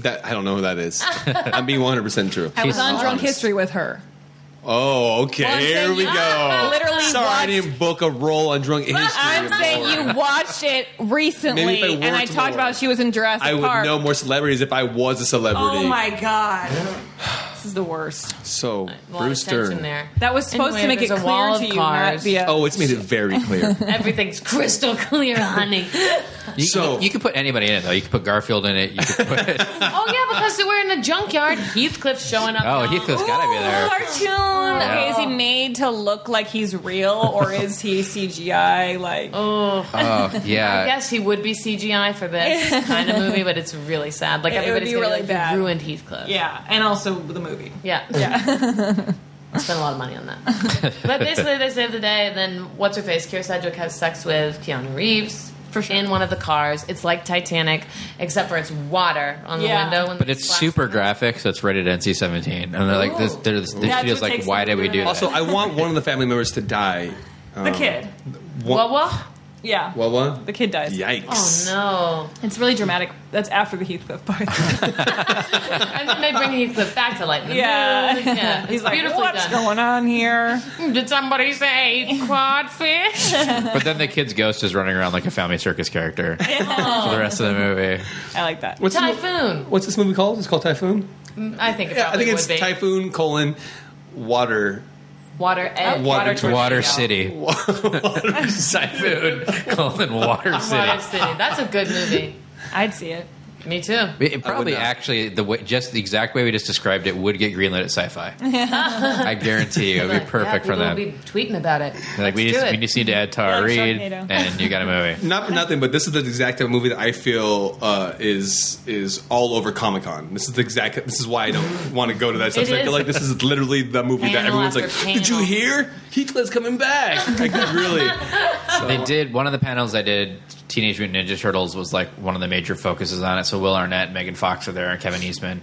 S5: That I don't know who that
S6: (laughs)
S5: is. I'm being 100 percent true.
S6: I was
S3: She's
S6: on Drunk
S5: honest.
S6: History with her.
S5: Oh, okay.
S6: Well, I'm
S5: Here
S6: saying
S5: we
S6: you-
S5: go.
S6: Literally
S5: Sorry, I
S6: watched-
S5: didn't book a role on Drunk History.
S6: I'm saying you watched it recently,
S5: Maybe if I
S6: and I
S5: worked
S6: talked
S5: more,
S6: about she was in Jurassic
S5: I would
S6: Park.
S5: know more celebrities if I was a celebrity.
S6: oh my god, this is the worst.
S4: A
S5: So
S4: lot of
S5: Bruce
S4: tension
S5: Dern.
S4: there.
S6: That was supposed
S4: Anyway,
S6: to make it
S4: there's a
S6: clear
S4: wall
S6: to
S4: of
S6: you, uh,
S3: Oh,
S4: cars.
S6: not via. (laughs)
S4: (laughs)
S5: Oh, it's made it very clear.
S4: Everything's crystal clear, honey.
S3: You,
S5: So-
S3: could, you could put anybody in it though. You could put Garfield in it. You could put (laughs)
S4: Oh yeah, because we're in a junkyard. Heathcliff's showing up.
S3: oh
S4: y'all.
S3: Heathcliff's got to be there.
S6: Cartoon. Okay, is he made to look like he's real or is he CGI? Like,
S3: Oh yeah.
S4: I guess he would be CGI for
S6: (laughs)
S4: this kind of movie, but it's really sad. Like
S6: It would
S4: everybody's
S6: be
S4: gonna
S6: really
S4: like,
S6: bad.
S4: You ruined Heathcliff.
S6: yeah, and also the movie.
S4: Yeah.
S6: (laughs) Yeah.
S4: Spent a lot of money
S3: (laughs)
S4: on that. but basically, they save the day, and then what's her face? Kira Sedgwick has sex with Keanu Reeves. For sure. In one of the cars. It's like Titanic, except for it's water on the
S6: Yeah.
S4: window. When
S3: But
S4: they
S3: it's
S4: splash
S3: super
S4: it.
S3: graphic, so it's rated NC-17, and they're like, this,
S4: Ooh.
S3: they're, this, the
S6: That's
S3: studio's
S6: what
S3: like,
S6: takes
S3: why
S6: them
S3: did we
S6: to
S3: do
S6: the-
S3: that?
S5: Also, I want one of the family members to die.
S3: Oh.
S6: the kid.
S4: Whoa,
S5: One,
S4: whoa.
S6: Yeah.
S5: What? What?
S6: the kid dies.
S5: Yikes!
S4: Oh
S6: It's really dramatic. That's after the
S3: (laughs)
S6: Heathcliff
S4: no!
S6: part.
S4: And then they bring Heathcliff back to life.
S6: yeah.
S4: yeah.
S6: (laughs) He's
S4: It's
S6: like,
S4: beautifully
S6: what's
S4: done.
S6: going on here?
S4: Did somebody say codfish?
S3: (laughs) But then the kid's ghost is running around like a family circus character for the rest of the movie.
S6: I like that.
S5: What's this mo-
S4: Typhoon.
S5: What's this movie called? It's called Typhoon.
S4: I think it
S5: Yeah, I
S4: probably
S5: think it's
S4: would be.
S5: Typhoon colon water
S4: Water egg.
S5: Water
S6: torture.
S5: Water
S3: Water City. (laughs) Typhoon. Colon Water
S4: Water
S3: City.
S4: City. That's a good movie.
S6: I'd see it.
S4: Me too.
S3: It- It probably
S5: not.
S3: actually the way, just the exact way we just described it would get greenlit at
S6: (laughs)
S3: sci-fi. I guarantee you, it would be
S4: Like,
S3: perfect
S4: yeah,
S3: for them.
S4: People will be tweeting about it.
S3: They're like we
S4: Let's
S3: just,
S4: do
S3: we
S4: it.
S3: just need to
S4: (laughs)
S3: add Tara
S6: Like
S3: Reid,
S6: Sharknado.
S3: and you got a movie.
S5: (laughs) Not for nothing, but this is the exact type of movie that I feel uh, is is all over Comic Con. This is the exact. This is why I (laughs) don't want to go to that stuff.
S4: It
S5: I
S4: is.
S5: feel like this is literally the movie that
S4: Panel
S5: everyone's like,
S4: after
S5: "Did you
S4: panel."
S5: hear? Heathcliff's coming (laughs) back!" Like really,
S3: They did one of the panels I did. Teenage Mutant Ninja Turtles was like one of the major focuses on it. So Will Arnett, Megan Fox are there, and Kevin Eastman,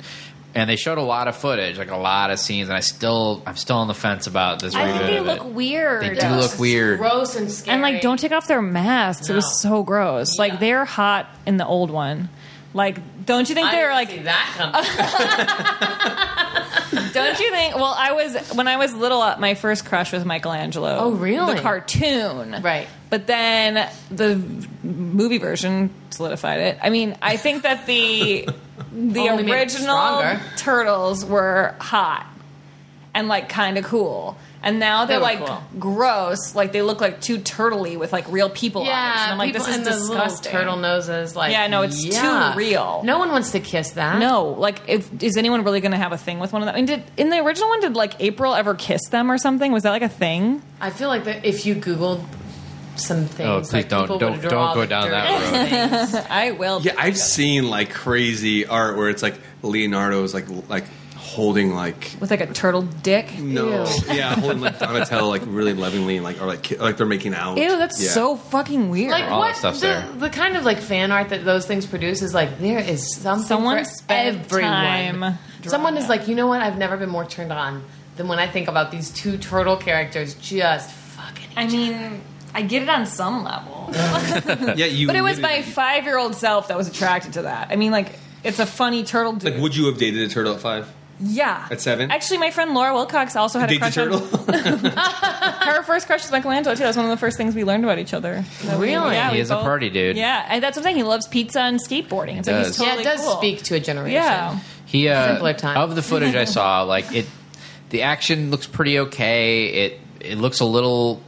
S3: and they showed a lot of footage, like a lot of scenes. And I still, I'm still on the fence about this.
S6: I think
S3: reboot
S6: they
S3: of
S6: look
S3: it.
S6: weird.
S3: They do look weird.
S4: Gross and scary.
S6: and like don't take off their masks. It
S4: No.
S6: was so gross.
S4: Yeah.
S6: Like they're hot in the old one. Like don't you think
S4: I
S6: they're
S4: didn't
S6: like
S4: see that
S6: (laughs)
S4: coming.
S6: Don't you think? Well, I was when I was little. uh, My first crush was Michelangelo.
S4: Oh, really?
S6: The cartoon,
S4: Right.
S6: But then the movie version solidified it. I mean, I think
S4: (laughs)
S6: that the the
S4: Only made it
S6: original
S4: Oh, stronger.
S6: turtles were hot and like kind of cool. And now they're
S4: were
S6: like
S4: cool.
S6: gross, like they look like too turtley with like real people. on it.
S4: yeah,
S6: And I'm like,
S4: people
S6: this is
S4: in those
S6: disgusting.
S4: little turtle noses. Like,
S6: Yeah, no, it's too
S4: yuck.
S6: real.
S4: No one wants to kiss that.
S6: No, like, if is anyone really going to have a thing with one of them? I mean, did in the original one, did like April ever kiss them or something? Was that like a thing?
S4: I feel like that if you googled some things,
S3: Oh, please
S4: like,
S3: don't-
S4: people
S3: don't-
S4: would draw
S3: don't go
S4: the
S3: down that
S4: (laughs) dirtiest things.
S6: I will.
S5: yeah. I've seen like crazy art where it's like Leonardo's like l- like holding like
S6: with like a turtle dick.
S5: no,
S4: Ew.
S6: (laughs)
S5: yeah, holding like Donatello like really lovingly and like or like ki- like they're making out.
S6: Ew, that's
S5: Yeah.
S6: so fucking weird.
S4: like
S3: All that
S4: what
S3: stuff's
S4: the,
S3: there.
S4: the kind of like fan art that those things produce is like there is something
S6: Someone
S4: for
S6: spent
S4: everyone.
S6: time drawing
S4: Someone is
S6: it.
S4: like, you know what? I've never been more turned on than when I think about these two turtle characters just fucking.
S6: I mean, I get it on some level,
S5: (laughs) Yeah, you.
S6: but it was my
S5: literally-
S6: five-year-old self that was attracted to that. I mean, like. It's a funny turtle dude.
S5: Like, would you have dated a turtle at five?
S6: yeah.
S5: At seven?
S6: Actually, my friend Laura Wilcox also had a
S5: Date the
S6: crush on
S5: turtle.
S6: (laughs) her first crush was Michelangelo too. That was one of the first things we learned about each other. That we-
S4: Really?
S6: yeah,
S3: He
S6: we
S3: is a
S6: both-
S3: party dude.
S6: Yeah, and that's the thing. He loves pizza and skateboarding. It's like
S3: does.
S6: he's totally
S4: yeah, it does
S6: cool.
S4: speak to a generation.
S6: Yeah,
S3: He uh,
S4: Simpler time.
S3: of the footage
S4: (laughs)
S3: I saw, like it, the action looks pretty okay. It it looks a little.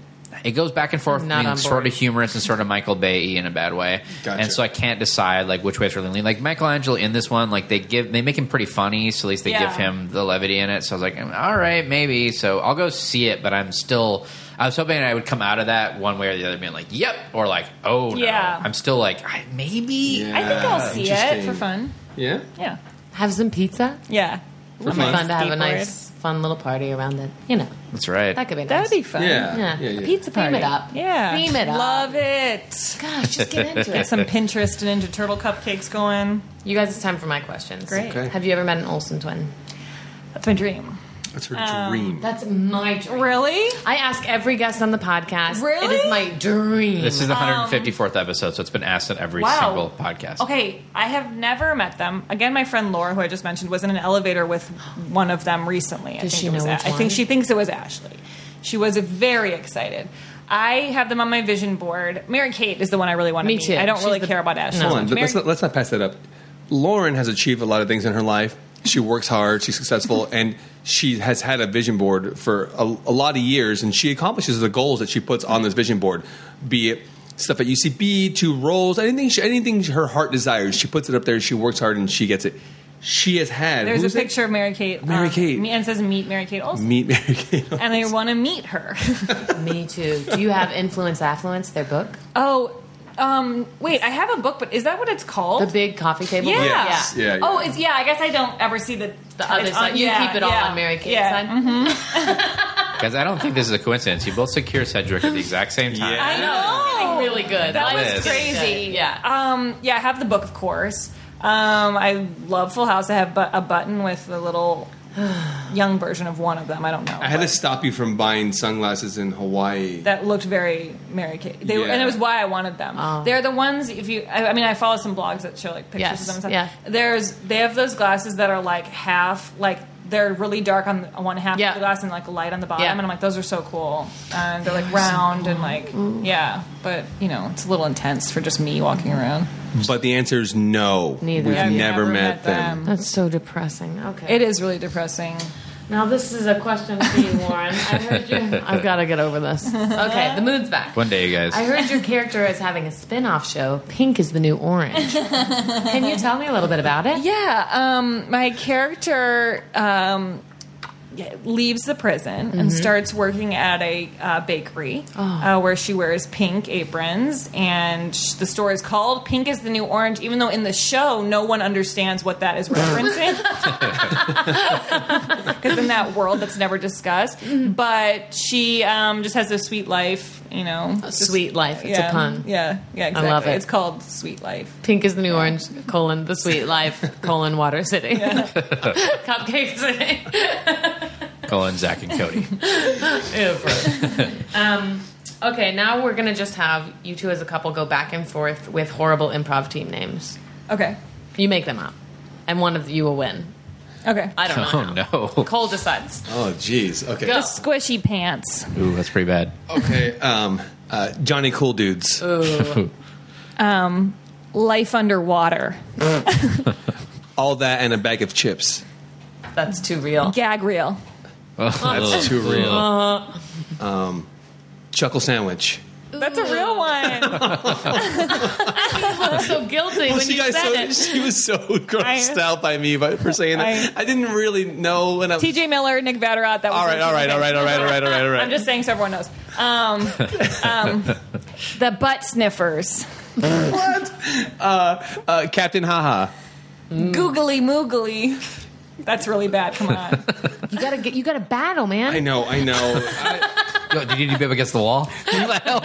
S3: It goes back and forth,
S4: I'm not
S3: being
S4: on
S3: sort of
S4: board.
S3: humorous and sort of Michael Bay in a bad way.
S5: Gotcha.
S3: And so I can't decide like which way it's really lean. Like Michelangelo in this one, like they give they make him pretty funny, so at least they
S6: Yeah.
S3: give him the levity in it. So I was like, "Mm, all right, maybe. So I'll go see it, but I'm still. I was hoping I would come out of that one way or the other, being like, "Yep," or like, "Oh no."
S6: Yeah.
S3: I'm still like, I, maybe.
S6: I think I'll
S5: Yeah,
S6: see it for
S5: interesting.
S6: fun.
S5: yeah.
S6: Yeah,
S4: Have some pizza.
S6: yeah,
S5: For
S4: It'd be
S5: fun.
S4: fun to have a
S6: Skateboard.
S4: nice, fun little party around it. You know,
S3: That's right.
S4: that could be nice.
S6: that would be fun.
S5: Yeah.
S4: Yeah.
S5: yeah, yeah.
S6: Pizza party.
S4: Theme it up.
S6: Yeah.
S4: Theme it up.
S6: Love it.
S4: Gosh, just get into
S6: (laughs) Get
S3: (laughs)
S4: it.
S6: some Pinterest and Ninja Turtle cupcakes going.
S4: You guys, it's time for my questions.
S6: Great.
S5: Okay.
S4: Have you ever met an Olsen twin?
S6: That's my dream.
S5: That's her dream.
S4: That's my dream.
S6: Really?
S4: I ask every guest on the podcast.
S6: Really?
S4: It is my dream.
S3: This is the 154th episode, so it's been asked in every
S6: Um, Wow.
S3: single podcast.
S6: Okay, I have never met them. Again, my friend Laura, who I just mentioned, was in an elevator with one of them recently. I
S4: Does
S6: think
S4: she
S6: it was
S4: know
S6: A-
S4: which
S6: I
S4: one?
S6: think she thinks it was Ashley. She was very excited. I have them on my vision board. Mary Kate is the one I really want to
S4: Me
S6: meet.
S4: too.
S6: I don't
S4: She's
S6: really
S4: the-
S6: care about Ashley.
S5: Hold
S6: so
S5: on,
S6: much.
S5: let- let's
S6: Mary-
S5: not, let's not pass that up. Lauren has achieved a lot of things in her life. She works hard, she's
S6: (laughs)
S5: successful, and she has had a vision board for a, a lot of years, and she accomplishes the goals that she puts on this vision board, be it stuff at UCB to roles, anything she, anything her heart desires, she puts it up there. She works hard and she gets it. She has had.
S6: There's
S5: who's
S6: a
S5: it?
S6: picture of Mary Kate. Um,
S5: Mary Kate.
S6: me- And it says meet Mary Kate Olsen.
S5: Meet Mary Kate.
S6: and I want to meet her. (laughs)
S4: Me too. Do you have Influence Affluence, their book?
S6: oh, um, wait, I have a book, but is that what it's called?
S4: The big coffee table
S6: yeah.
S4: book?
S5: Yes, yeah, yeah.
S6: Oh, it's yeah. I guess I don't ever see the
S4: The other
S6: it's
S4: side. you
S6: yeah,
S4: keep it all
S6: yeah,
S4: on Mary Kate's
S6: yeah.
S4: side?
S3: Guys, I don't think this is a coincidence. You both secure Cedric at the exact same time.
S5: (laughs) (laughs) Yeah.
S6: I know.
S4: Feeling really good.
S6: That
S4: Life
S3: was
S4: is getting
S6: crazy.
S4: good. Yeah.
S6: Um, yeah, I have the book, of course. Um, I love Full House. I have bu- a button with the little (sighs) young version of one of them. I don't know.
S5: I had
S6: but
S5: to stop you from buying sunglasses in Hawaii.
S6: that looked very Mary Kate. They were,
S5: Yeah.
S6: and it was why I wanted them.
S4: Oh.
S6: They're the ones if you. I, I mean, I follow some blogs that show like pictures
S4: Yes,
S6: of them. And stuff.
S4: yeah.
S6: There's they have those glasses that are like half like. They're really dark on the, on one half
S4: Yeah.
S6: of the glass and like light on the bottom,
S4: Yeah.
S6: and I'm like, those are so cool. And they're like round and like, yeah, but you know, it's a little intense for just me walking around.
S5: But the answer is no.
S4: Neither.
S5: We've
S4: Yeah, I've
S5: never, met, them.
S4: That's so depressing. Okay.
S6: It is really depressing.
S4: Now this is a question for you, Warren. I heard you. (laughs) I've got to get over this. Okay, the mood's back.
S3: One day, you guys.
S4: I heard your character is having a spin-off show. Pink is the new (laughs) orange. Can you tell me a little bit about it?
S6: Yeah, um, my character um, leaves the prison
S4: Mm-hmm.
S6: and starts working at a uh, bakery
S4: Oh.
S6: uh, where she wears pink aprons, and sh- the store is called "Pink is the New Orange." Even though in the show, no one understands what that
S4: (laughs)
S6: is referencing, (laughs) because in that world, that's never discussed.
S4: Mm-hmm.
S6: But she um, just has a sweet life, you know. just-
S4: Sweet life. It's
S6: yeah,
S4: a pun.
S6: Yeah, yeah, exactly.
S4: love it.
S6: It's called Sweet Life.
S4: Pink is the new orange, colon, the sweet life, colon, water city. (laughs) Cupcake city.
S3: Colin, Zach, and
S6: (laughs)
S3: Cody.
S4: um, okay, now we're going to just have you two as a couple go back and forth with horrible improv team names.
S6: Okay.
S4: You make them up, and one of you will win.
S6: Okay.
S4: I don't know.
S3: Oh, no.
S4: Cole decides.
S5: Oh, jeez. Okay.
S4: Go.
S6: Squishy pants.
S3: Ooh, that's pretty bad.
S5: Okay. Um, uh, Johnny Cool Dudes.
S6: um, life underwater,
S5: All that and a bag of chips.
S4: That's too real.
S6: gag reel,
S5: That's too real. Um, Chuckle Sandwich.
S6: That's a real (laughs) one.
S4: I'm so guilty when
S5: she,
S4: you
S5: got
S4: said
S5: so,
S4: it.
S5: (laughs) she was so grossed
S6: I-
S5: out by me by, for saying that. I, didn't really know when I was.
S6: T.J. Miller, Nick Vatterott. That was
S5: all right, all right, all right, all right, all right, all right, all right.
S6: I'm just saying so everyone knows. Um, um, the butt sniffers,
S5: uh, Captain Haha.
S6: Mm. googly moogly. That's really bad.
S5: (laughs)
S6: Come on.
S4: You gotta get. You gotta battle,
S5: I
S4: man.
S5: know, I know. (laughs) I-
S3: Yo, did you need to be up against the wall?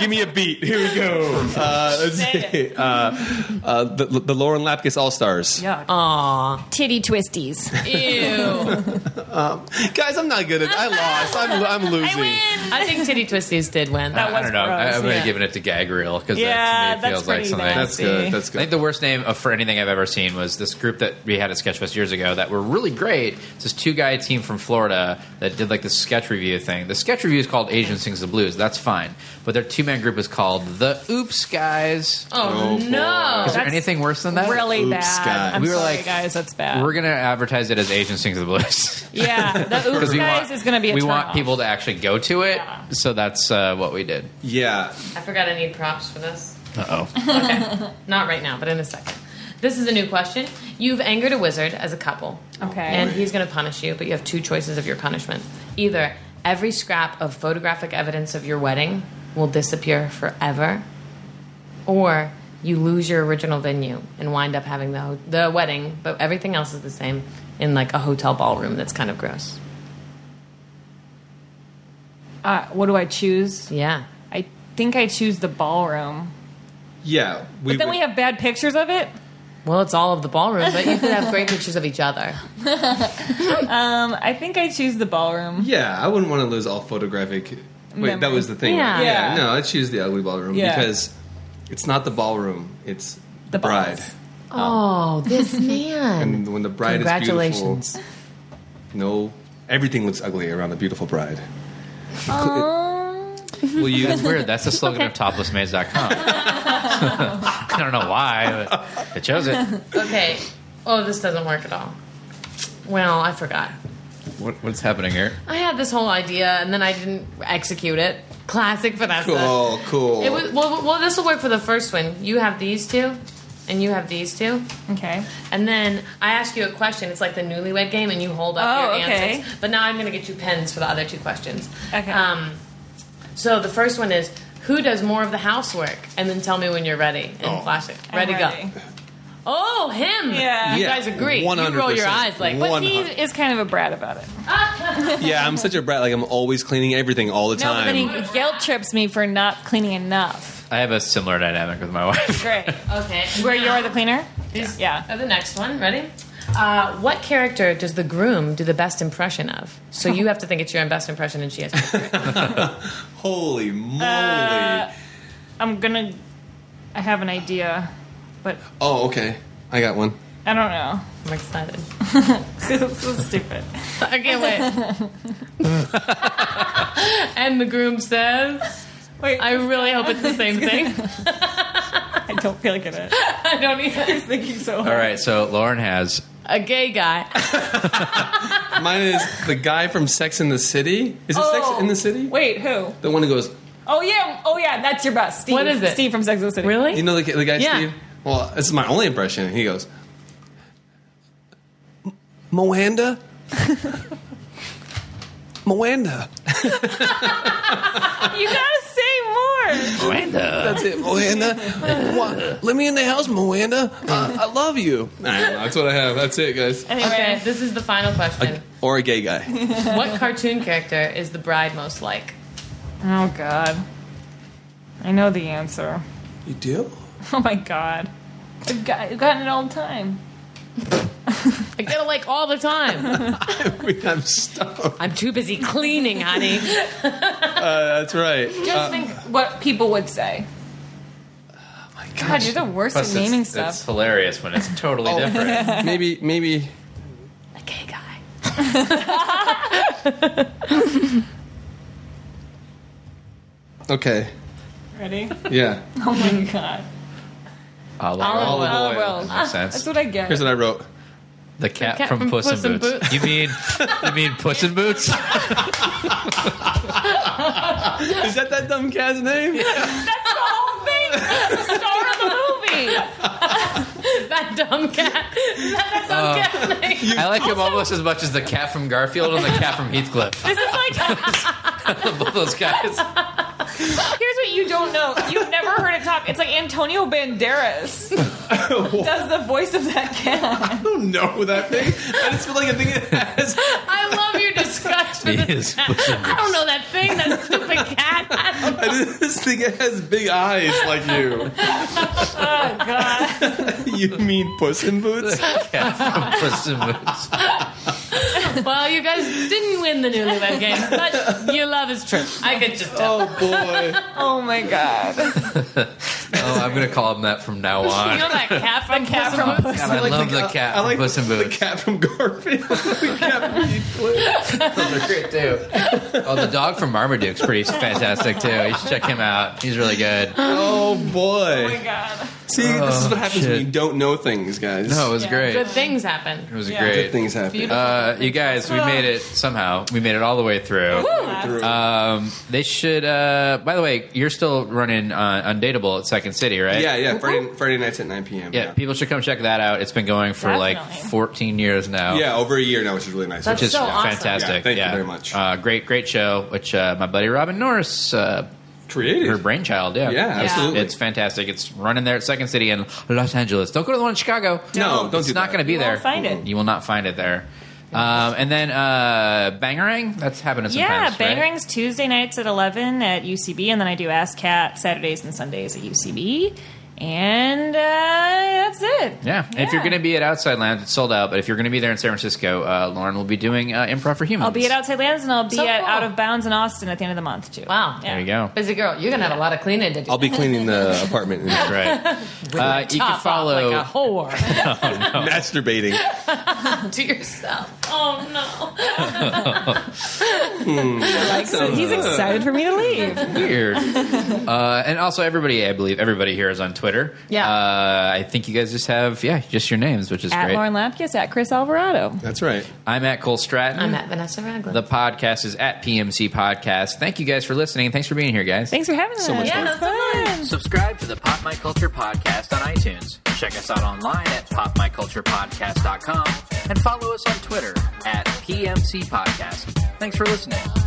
S5: give me a beat. Here we go. Uh, let's see. Uh, uh, the, the Lauren Lapkus All Stars.
S6: Yeah.
S4: Aw,
S6: Titty twisties.
S4: ew.
S5: Guys, I'm not good at. I lost. I'm, I'm losing.
S4: I think Titty Twisties did win.
S6: That
S3: Uh, I
S6: was
S3: don't know. I,
S6: gross,
S3: I'm going
S4: yeah.
S3: to give it to gag reel because that to
S6: Yeah,
S3: me
S6: that's
S3: feels like
S6: pretty
S3: something.
S6: bad.
S5: That's good. That's
S3: I think
S5: good.
S3: the worst name of- for anything I've ever seen was this group that we had at Sketchfest years ago that were really great. It's this two guy team from Florida that did like this sketch review thing. The sketch review is called Asian Sings the Blues. That's fine, but their two man group is called the Oops Guys.
S4: oh, no.
S5: Oh,
S3: is there
S6: that's
S3: anything worse than that?
S6: Really
S5: Oops,
S6: bad.
S5: guys.
S6: I'm
S3: We were
S6: sorry,
S3: like,
S6: guys. That's bad.
S3: We're gonna advertise it as Asian Sings the
S6: (laughs)
S3: Blues.
S5: (laughs)
S6: yeah, the oops
S3: 'Cause we
S6: guys
S3: want-
S6: is going to be. A
S3: we want
S6: turnoff.
S3: people to actually go to it, so that's uh, what we did.
S5: Yeah.
S4: I forgot I need props for this.
S3: Uh oh.
S4: Not right now, but in a second. This is a new question. You've angered a wizard as a couple.
S6: Okay.
S4: And he's going to punish you, but you have two choices of your punishment. Either every scrap of photographic evidence of your wedding will disappear forever, or you lose your original venue and wind up having the, ho- the wedding, but everything else is the same in like a hotel ballroom that's kind of gross.
S6: Uh, what do I choose?
S4: Yeah.
S6: I think I choose the ballroom.
S5: Yeah.
S6: But then
S5: would-
S6: we have bad pictures of it.
S4: Well, it's all of the ballroom, but you could have great pictures of each other.
S6: Um, I think I choose the ballroom.
S5: Yeah, I wouldn't want to lose all photographic. Wait, that
S6: Memory.
S5: was the thing.
S4: Yeah.
S5: right? yeah.
S6: Yeah.
S5: No, I choose the ugly ballroom
S6: Yeah.
S5: because it's not the ballroom; it's the,
S6: The
S5: bride.
S6: balls.
S4: Oh, (laughs) this man.
S5: And when the bride
S4: Congratulations.
S5: is beautiful, no, everything looks ugly around the beautiful bride.
S6: Um,
S5: Will you?
S3: That's weird. That's the slogan of toplessmaids.com. (laughs) I don't know why, but it chose it.
S4: Okay. Oh, this doesn't work at all. Well, I forgot.
S3: What, what's happening here?
S4: I had this whole idea and then I didn't execute it. Classic Vanessa.
S5: Cool, cool.
S4: It was, well, well, this will work for the first one. You have these two, and you have these two.
S6: Okay.
S4: And then I ask you a question. It's like the newlywed game, and you hold up
S6: Oh,
S4: your
S6: okay.
S4: answers. But now I'm going to get you pens for the other two questions.
S6: Okay.
S4: Um, so the first one is who does more of the housework? And then tell me when you're ready and
S5: Oh.
S4: flash it.
S6: I'm
S4: Ready, go. Oh, him.
S6: Yeah.
S4: You
S5: Yeah,
S4: guys agree. You roll your
S5: 100%.
S4: eyes like,
S6: But
S4: what?
S5: One
S6: he
S5: hun-
S6: is kind of a brat about it.
S5: yeah, I'm such a brat. Like I'm always cleaning everything all the
S6: No, but
S5: time.
S6: then he guilt trips me for not cleaning enough.
S3: I have a similar dynamic with my (laughs) wife.
S6: Great.
S4: Okay.
S6: Where you're the cleaner?
S4: These
S6: Yeah.
S4: are the next one. Ready? Uh, what character does the groom do the best impression of? So you have to think it's your best impression, and she has. to.
S5: Holy
S6: Uh,
S5: moly!
S6: I'm gonna. I have an idea, but
S5: oh, okay. I got one.
S6: I don't know. (laughs)
S4: I'm excited.
S6: this is stupid.
S4: I can't wait. (laughs) and the groom says,
S6: Wait,
S4: "I
S6: I,
S4: really hope it's the same thing."
S6: I don't feel like it (laughs) is.
S4: I don't even.
S6: Thinking so
S3: All
S6: hard.
S3: right, so Lauren has
S4: A gay guy.
S5: Mine is the guy from Sex in the City. Is it Sex
S6: Oh.
S5: in the City?
S6: Wait, who?
S5: The one who goes,
S6: Oh yeah, oh yeah, that's your best. Steve.
S4: What is it?
S6: Steve from Sex and the City.
S4: Really?
S5: you know, the, the guy
S4: Yeah.
S5: Steve. Well, this is my only impression. He goes, "M- Moanda, (laughs) Moanda.
S6: You gotta (laughs) say more.
S3: Miranda.
S5: That's it, Moanda. Wha- Let me in the house, Moanda. Uh, I love you. I don't know, that's what I have. That's it, guys.
S4: Okay,
S6: Anyway,
S4: this is the final question.
S5: Or a gay guy.
S4: What cartoon character is the bride most like?
S6: oh god, I know the answer.
S5: You do?
S6: (laughs) Oh my god, I've, got, I've gotten it all the time. (laughs)
S4: I get it like all the time.
S5: I mean, (laughs) I'm stoked.
S4: I'm too busy cleaning, honey.
S5: Uh, that's right.
S6: Just think what people would say.
S5: My
S6: God,
S5: gosh.
S6: you're the worst at naming
S3: it's,
S6: stuff.
S3: it's hilarious when it's totally
S5: Oh.
S3: (laughs) different.
S5: Maybe, maybe.
S4: A gay
S6: (laughs)
S4: guy.
S5: Okay.
S6: Ready?
S5: Yeah.
S6: (laughs) Oh
S3: Olive
S6: my god,
S4: Olive
S3: oil.
S4: oil.
S6: Olive oil.
S3: Makes sense.
S6: That's what I get.
S5: Here's what I wrote.
S3: The cat, from, Puss, in Boots. You mean you mean Puss in Boots?
S5: Is that that dumb cat's name?
S6: That's the whole thing. That's the star of the movie.
S3: (laughs)
S4: That dumb cat. That dumb
S3: Uh,
S4: cat's
S3: (laughs)
S4: name.
S3: I like him almost as much as the cat from Garfield and the cat from Heathcliff. (laughs)
S6: This is like uh,
S3: Both those guys.
S6: Here's what you don't know. You've never heard it talk. It's like Antonio Banderas
S3: (laughs)
S6: does the voice of that cat.
S5: I don't know that thing. I just feel like I think it has.
S4: I love your disgust for
S5: (laughs)
S3: He
S4: this.
S3: is Puss in
S4: (laughs) I
S3: Boots.
S4: don't know that thing, that stupid cat. I don't know.
S5: I just think it has big eyes like you.
S6: (laughs) Oh god.
S5: (laughs) You mean Puss in Boots?
S6: (laughs)
S3: Cat from Puss in Boots.
S4: Well, you guys didn't win the newlywed game, but your love is true. I could just tell.
S5: Oh boy.
S6: Oh my god.
S3: Oh, I'm gonna call him that from
S5: Oh,
S3: now
S4: You know
S3: on.
S4: that cat from cat from
S3: God, I love the, cat
S5: I
S3: from
S5: like
S3: Puss in
S5: the
S3: Boots.
S5: cat from Garfield. (laughs) the cat (laughs) from Heathcliff.
S3: Those are great too. Oh, the dog from Marmaduke's pretty fantastic too. You should check him out. He's really good.
S5: Oh
S6: Oh my
S5: boy.
S6: god.
S5: See, this is
S3: Oh,
S5: what happens
S3: shit.
S5: when you don't know things, guys.
S3: No, it was
S6: Yeah.
S3: great.
S4: Good
S3: It
S4: things happen.
S3: was
S6: Yeah.
S3: great.
S5: things happen.
S3: Uh, you guys, we made it somehow. We made it all the way through.
S5: Through.
S3: Um, they should. Uh, by the way, you're still running uh, Undateable at Second City, right?
S5: yeah, yeah. Friday, Friday nights at 9 p.m.
S3: Yeah, people should come check that out. It's been going for like
S6: Definitely.
S3: 14 years now.
S5: Yeah, over a year now, which is really nice.
S4: That's
S3: Which is
S4: so awesome.
S3: fantastic.
S5: Yeah, thank you very much.
S3: Uh, great, great show. Which uh, my buddy Robin Norris, uh,
S5: creative.
S3: her brainchild. Yeah,
S5: Yeah,
S3: It's-
S5: absolutely.
S3: It's fantastic. It's running there at Second City in Los Angeles. Don't go to the one in Chicago.
S5: No, don't
S3: it's
S5: do
S3: not
S5: that.
S3: going to be
S6: You
S3: there.
S6: won't find it.
S3: You will not find it there. Um, and then uh, Bangarang. That's happening
S6: Yeah,
S3: sometimes.
S6: Bang
S3: right?
S6: Rings Tuesday nights at 11 at UCB, and then I do Ask Cat Saturdays and Sundays at UCB. And uh, that's it.
S3: Yeah. And If you're going to be at Outside Lands, it's sold out. But if you're going to be there in San Francisco, uh, Lauren will be doing uh, Improv for Humans.
S6: I'll be at Outside Lands, and I'll be
S4: So
S6: at
S4: cool.
S6: Out of Bounds in Austin at the end of the month, too.
S4: Wow.
S3: There you go.
S4: Busy girl, you're gonna have a lot of cleaning to do.
S5: I'll be cleaning the
S3: (laughs)
S5: apartment and
S6: (laughs)
S3: Right. Uh, you can
S6: Oh,
S4: Top off
S3: follow.
S4: like a whore (laughs)
S5: masturbating.
S4: to yourself. Oh no!
S6: So he's excited for me to leave. (laughs)
S3: Weird. uh, and also, everybody, I believe, everybody here is on Twitter. Twitter.
S6: Yeah.
S3: Uh, I think you guys just have yeah, just your names, which is
S6: At
S3: great.
S6: Lauren Lapkus, at Chris Alvarado.
S5: That's right.
S3: I'm at Cole Stratton.
S4: I'm at Vanessa Ragland.
S3: The podcast is at PMC Podcast. Thank you guys for listening. Thanks for being here, guys.
S6: Thanks for having us.
S5: much
S6: It
S4: fun. Yeah,
S6: was
S4: that's so
S6: fun.
S2: Subscribe to the Pop My Culture Podcast on iTunes. Check us out online at popmyculturepodcast.com and follow us on Twitter at PMC Podcast. Thanks for listening.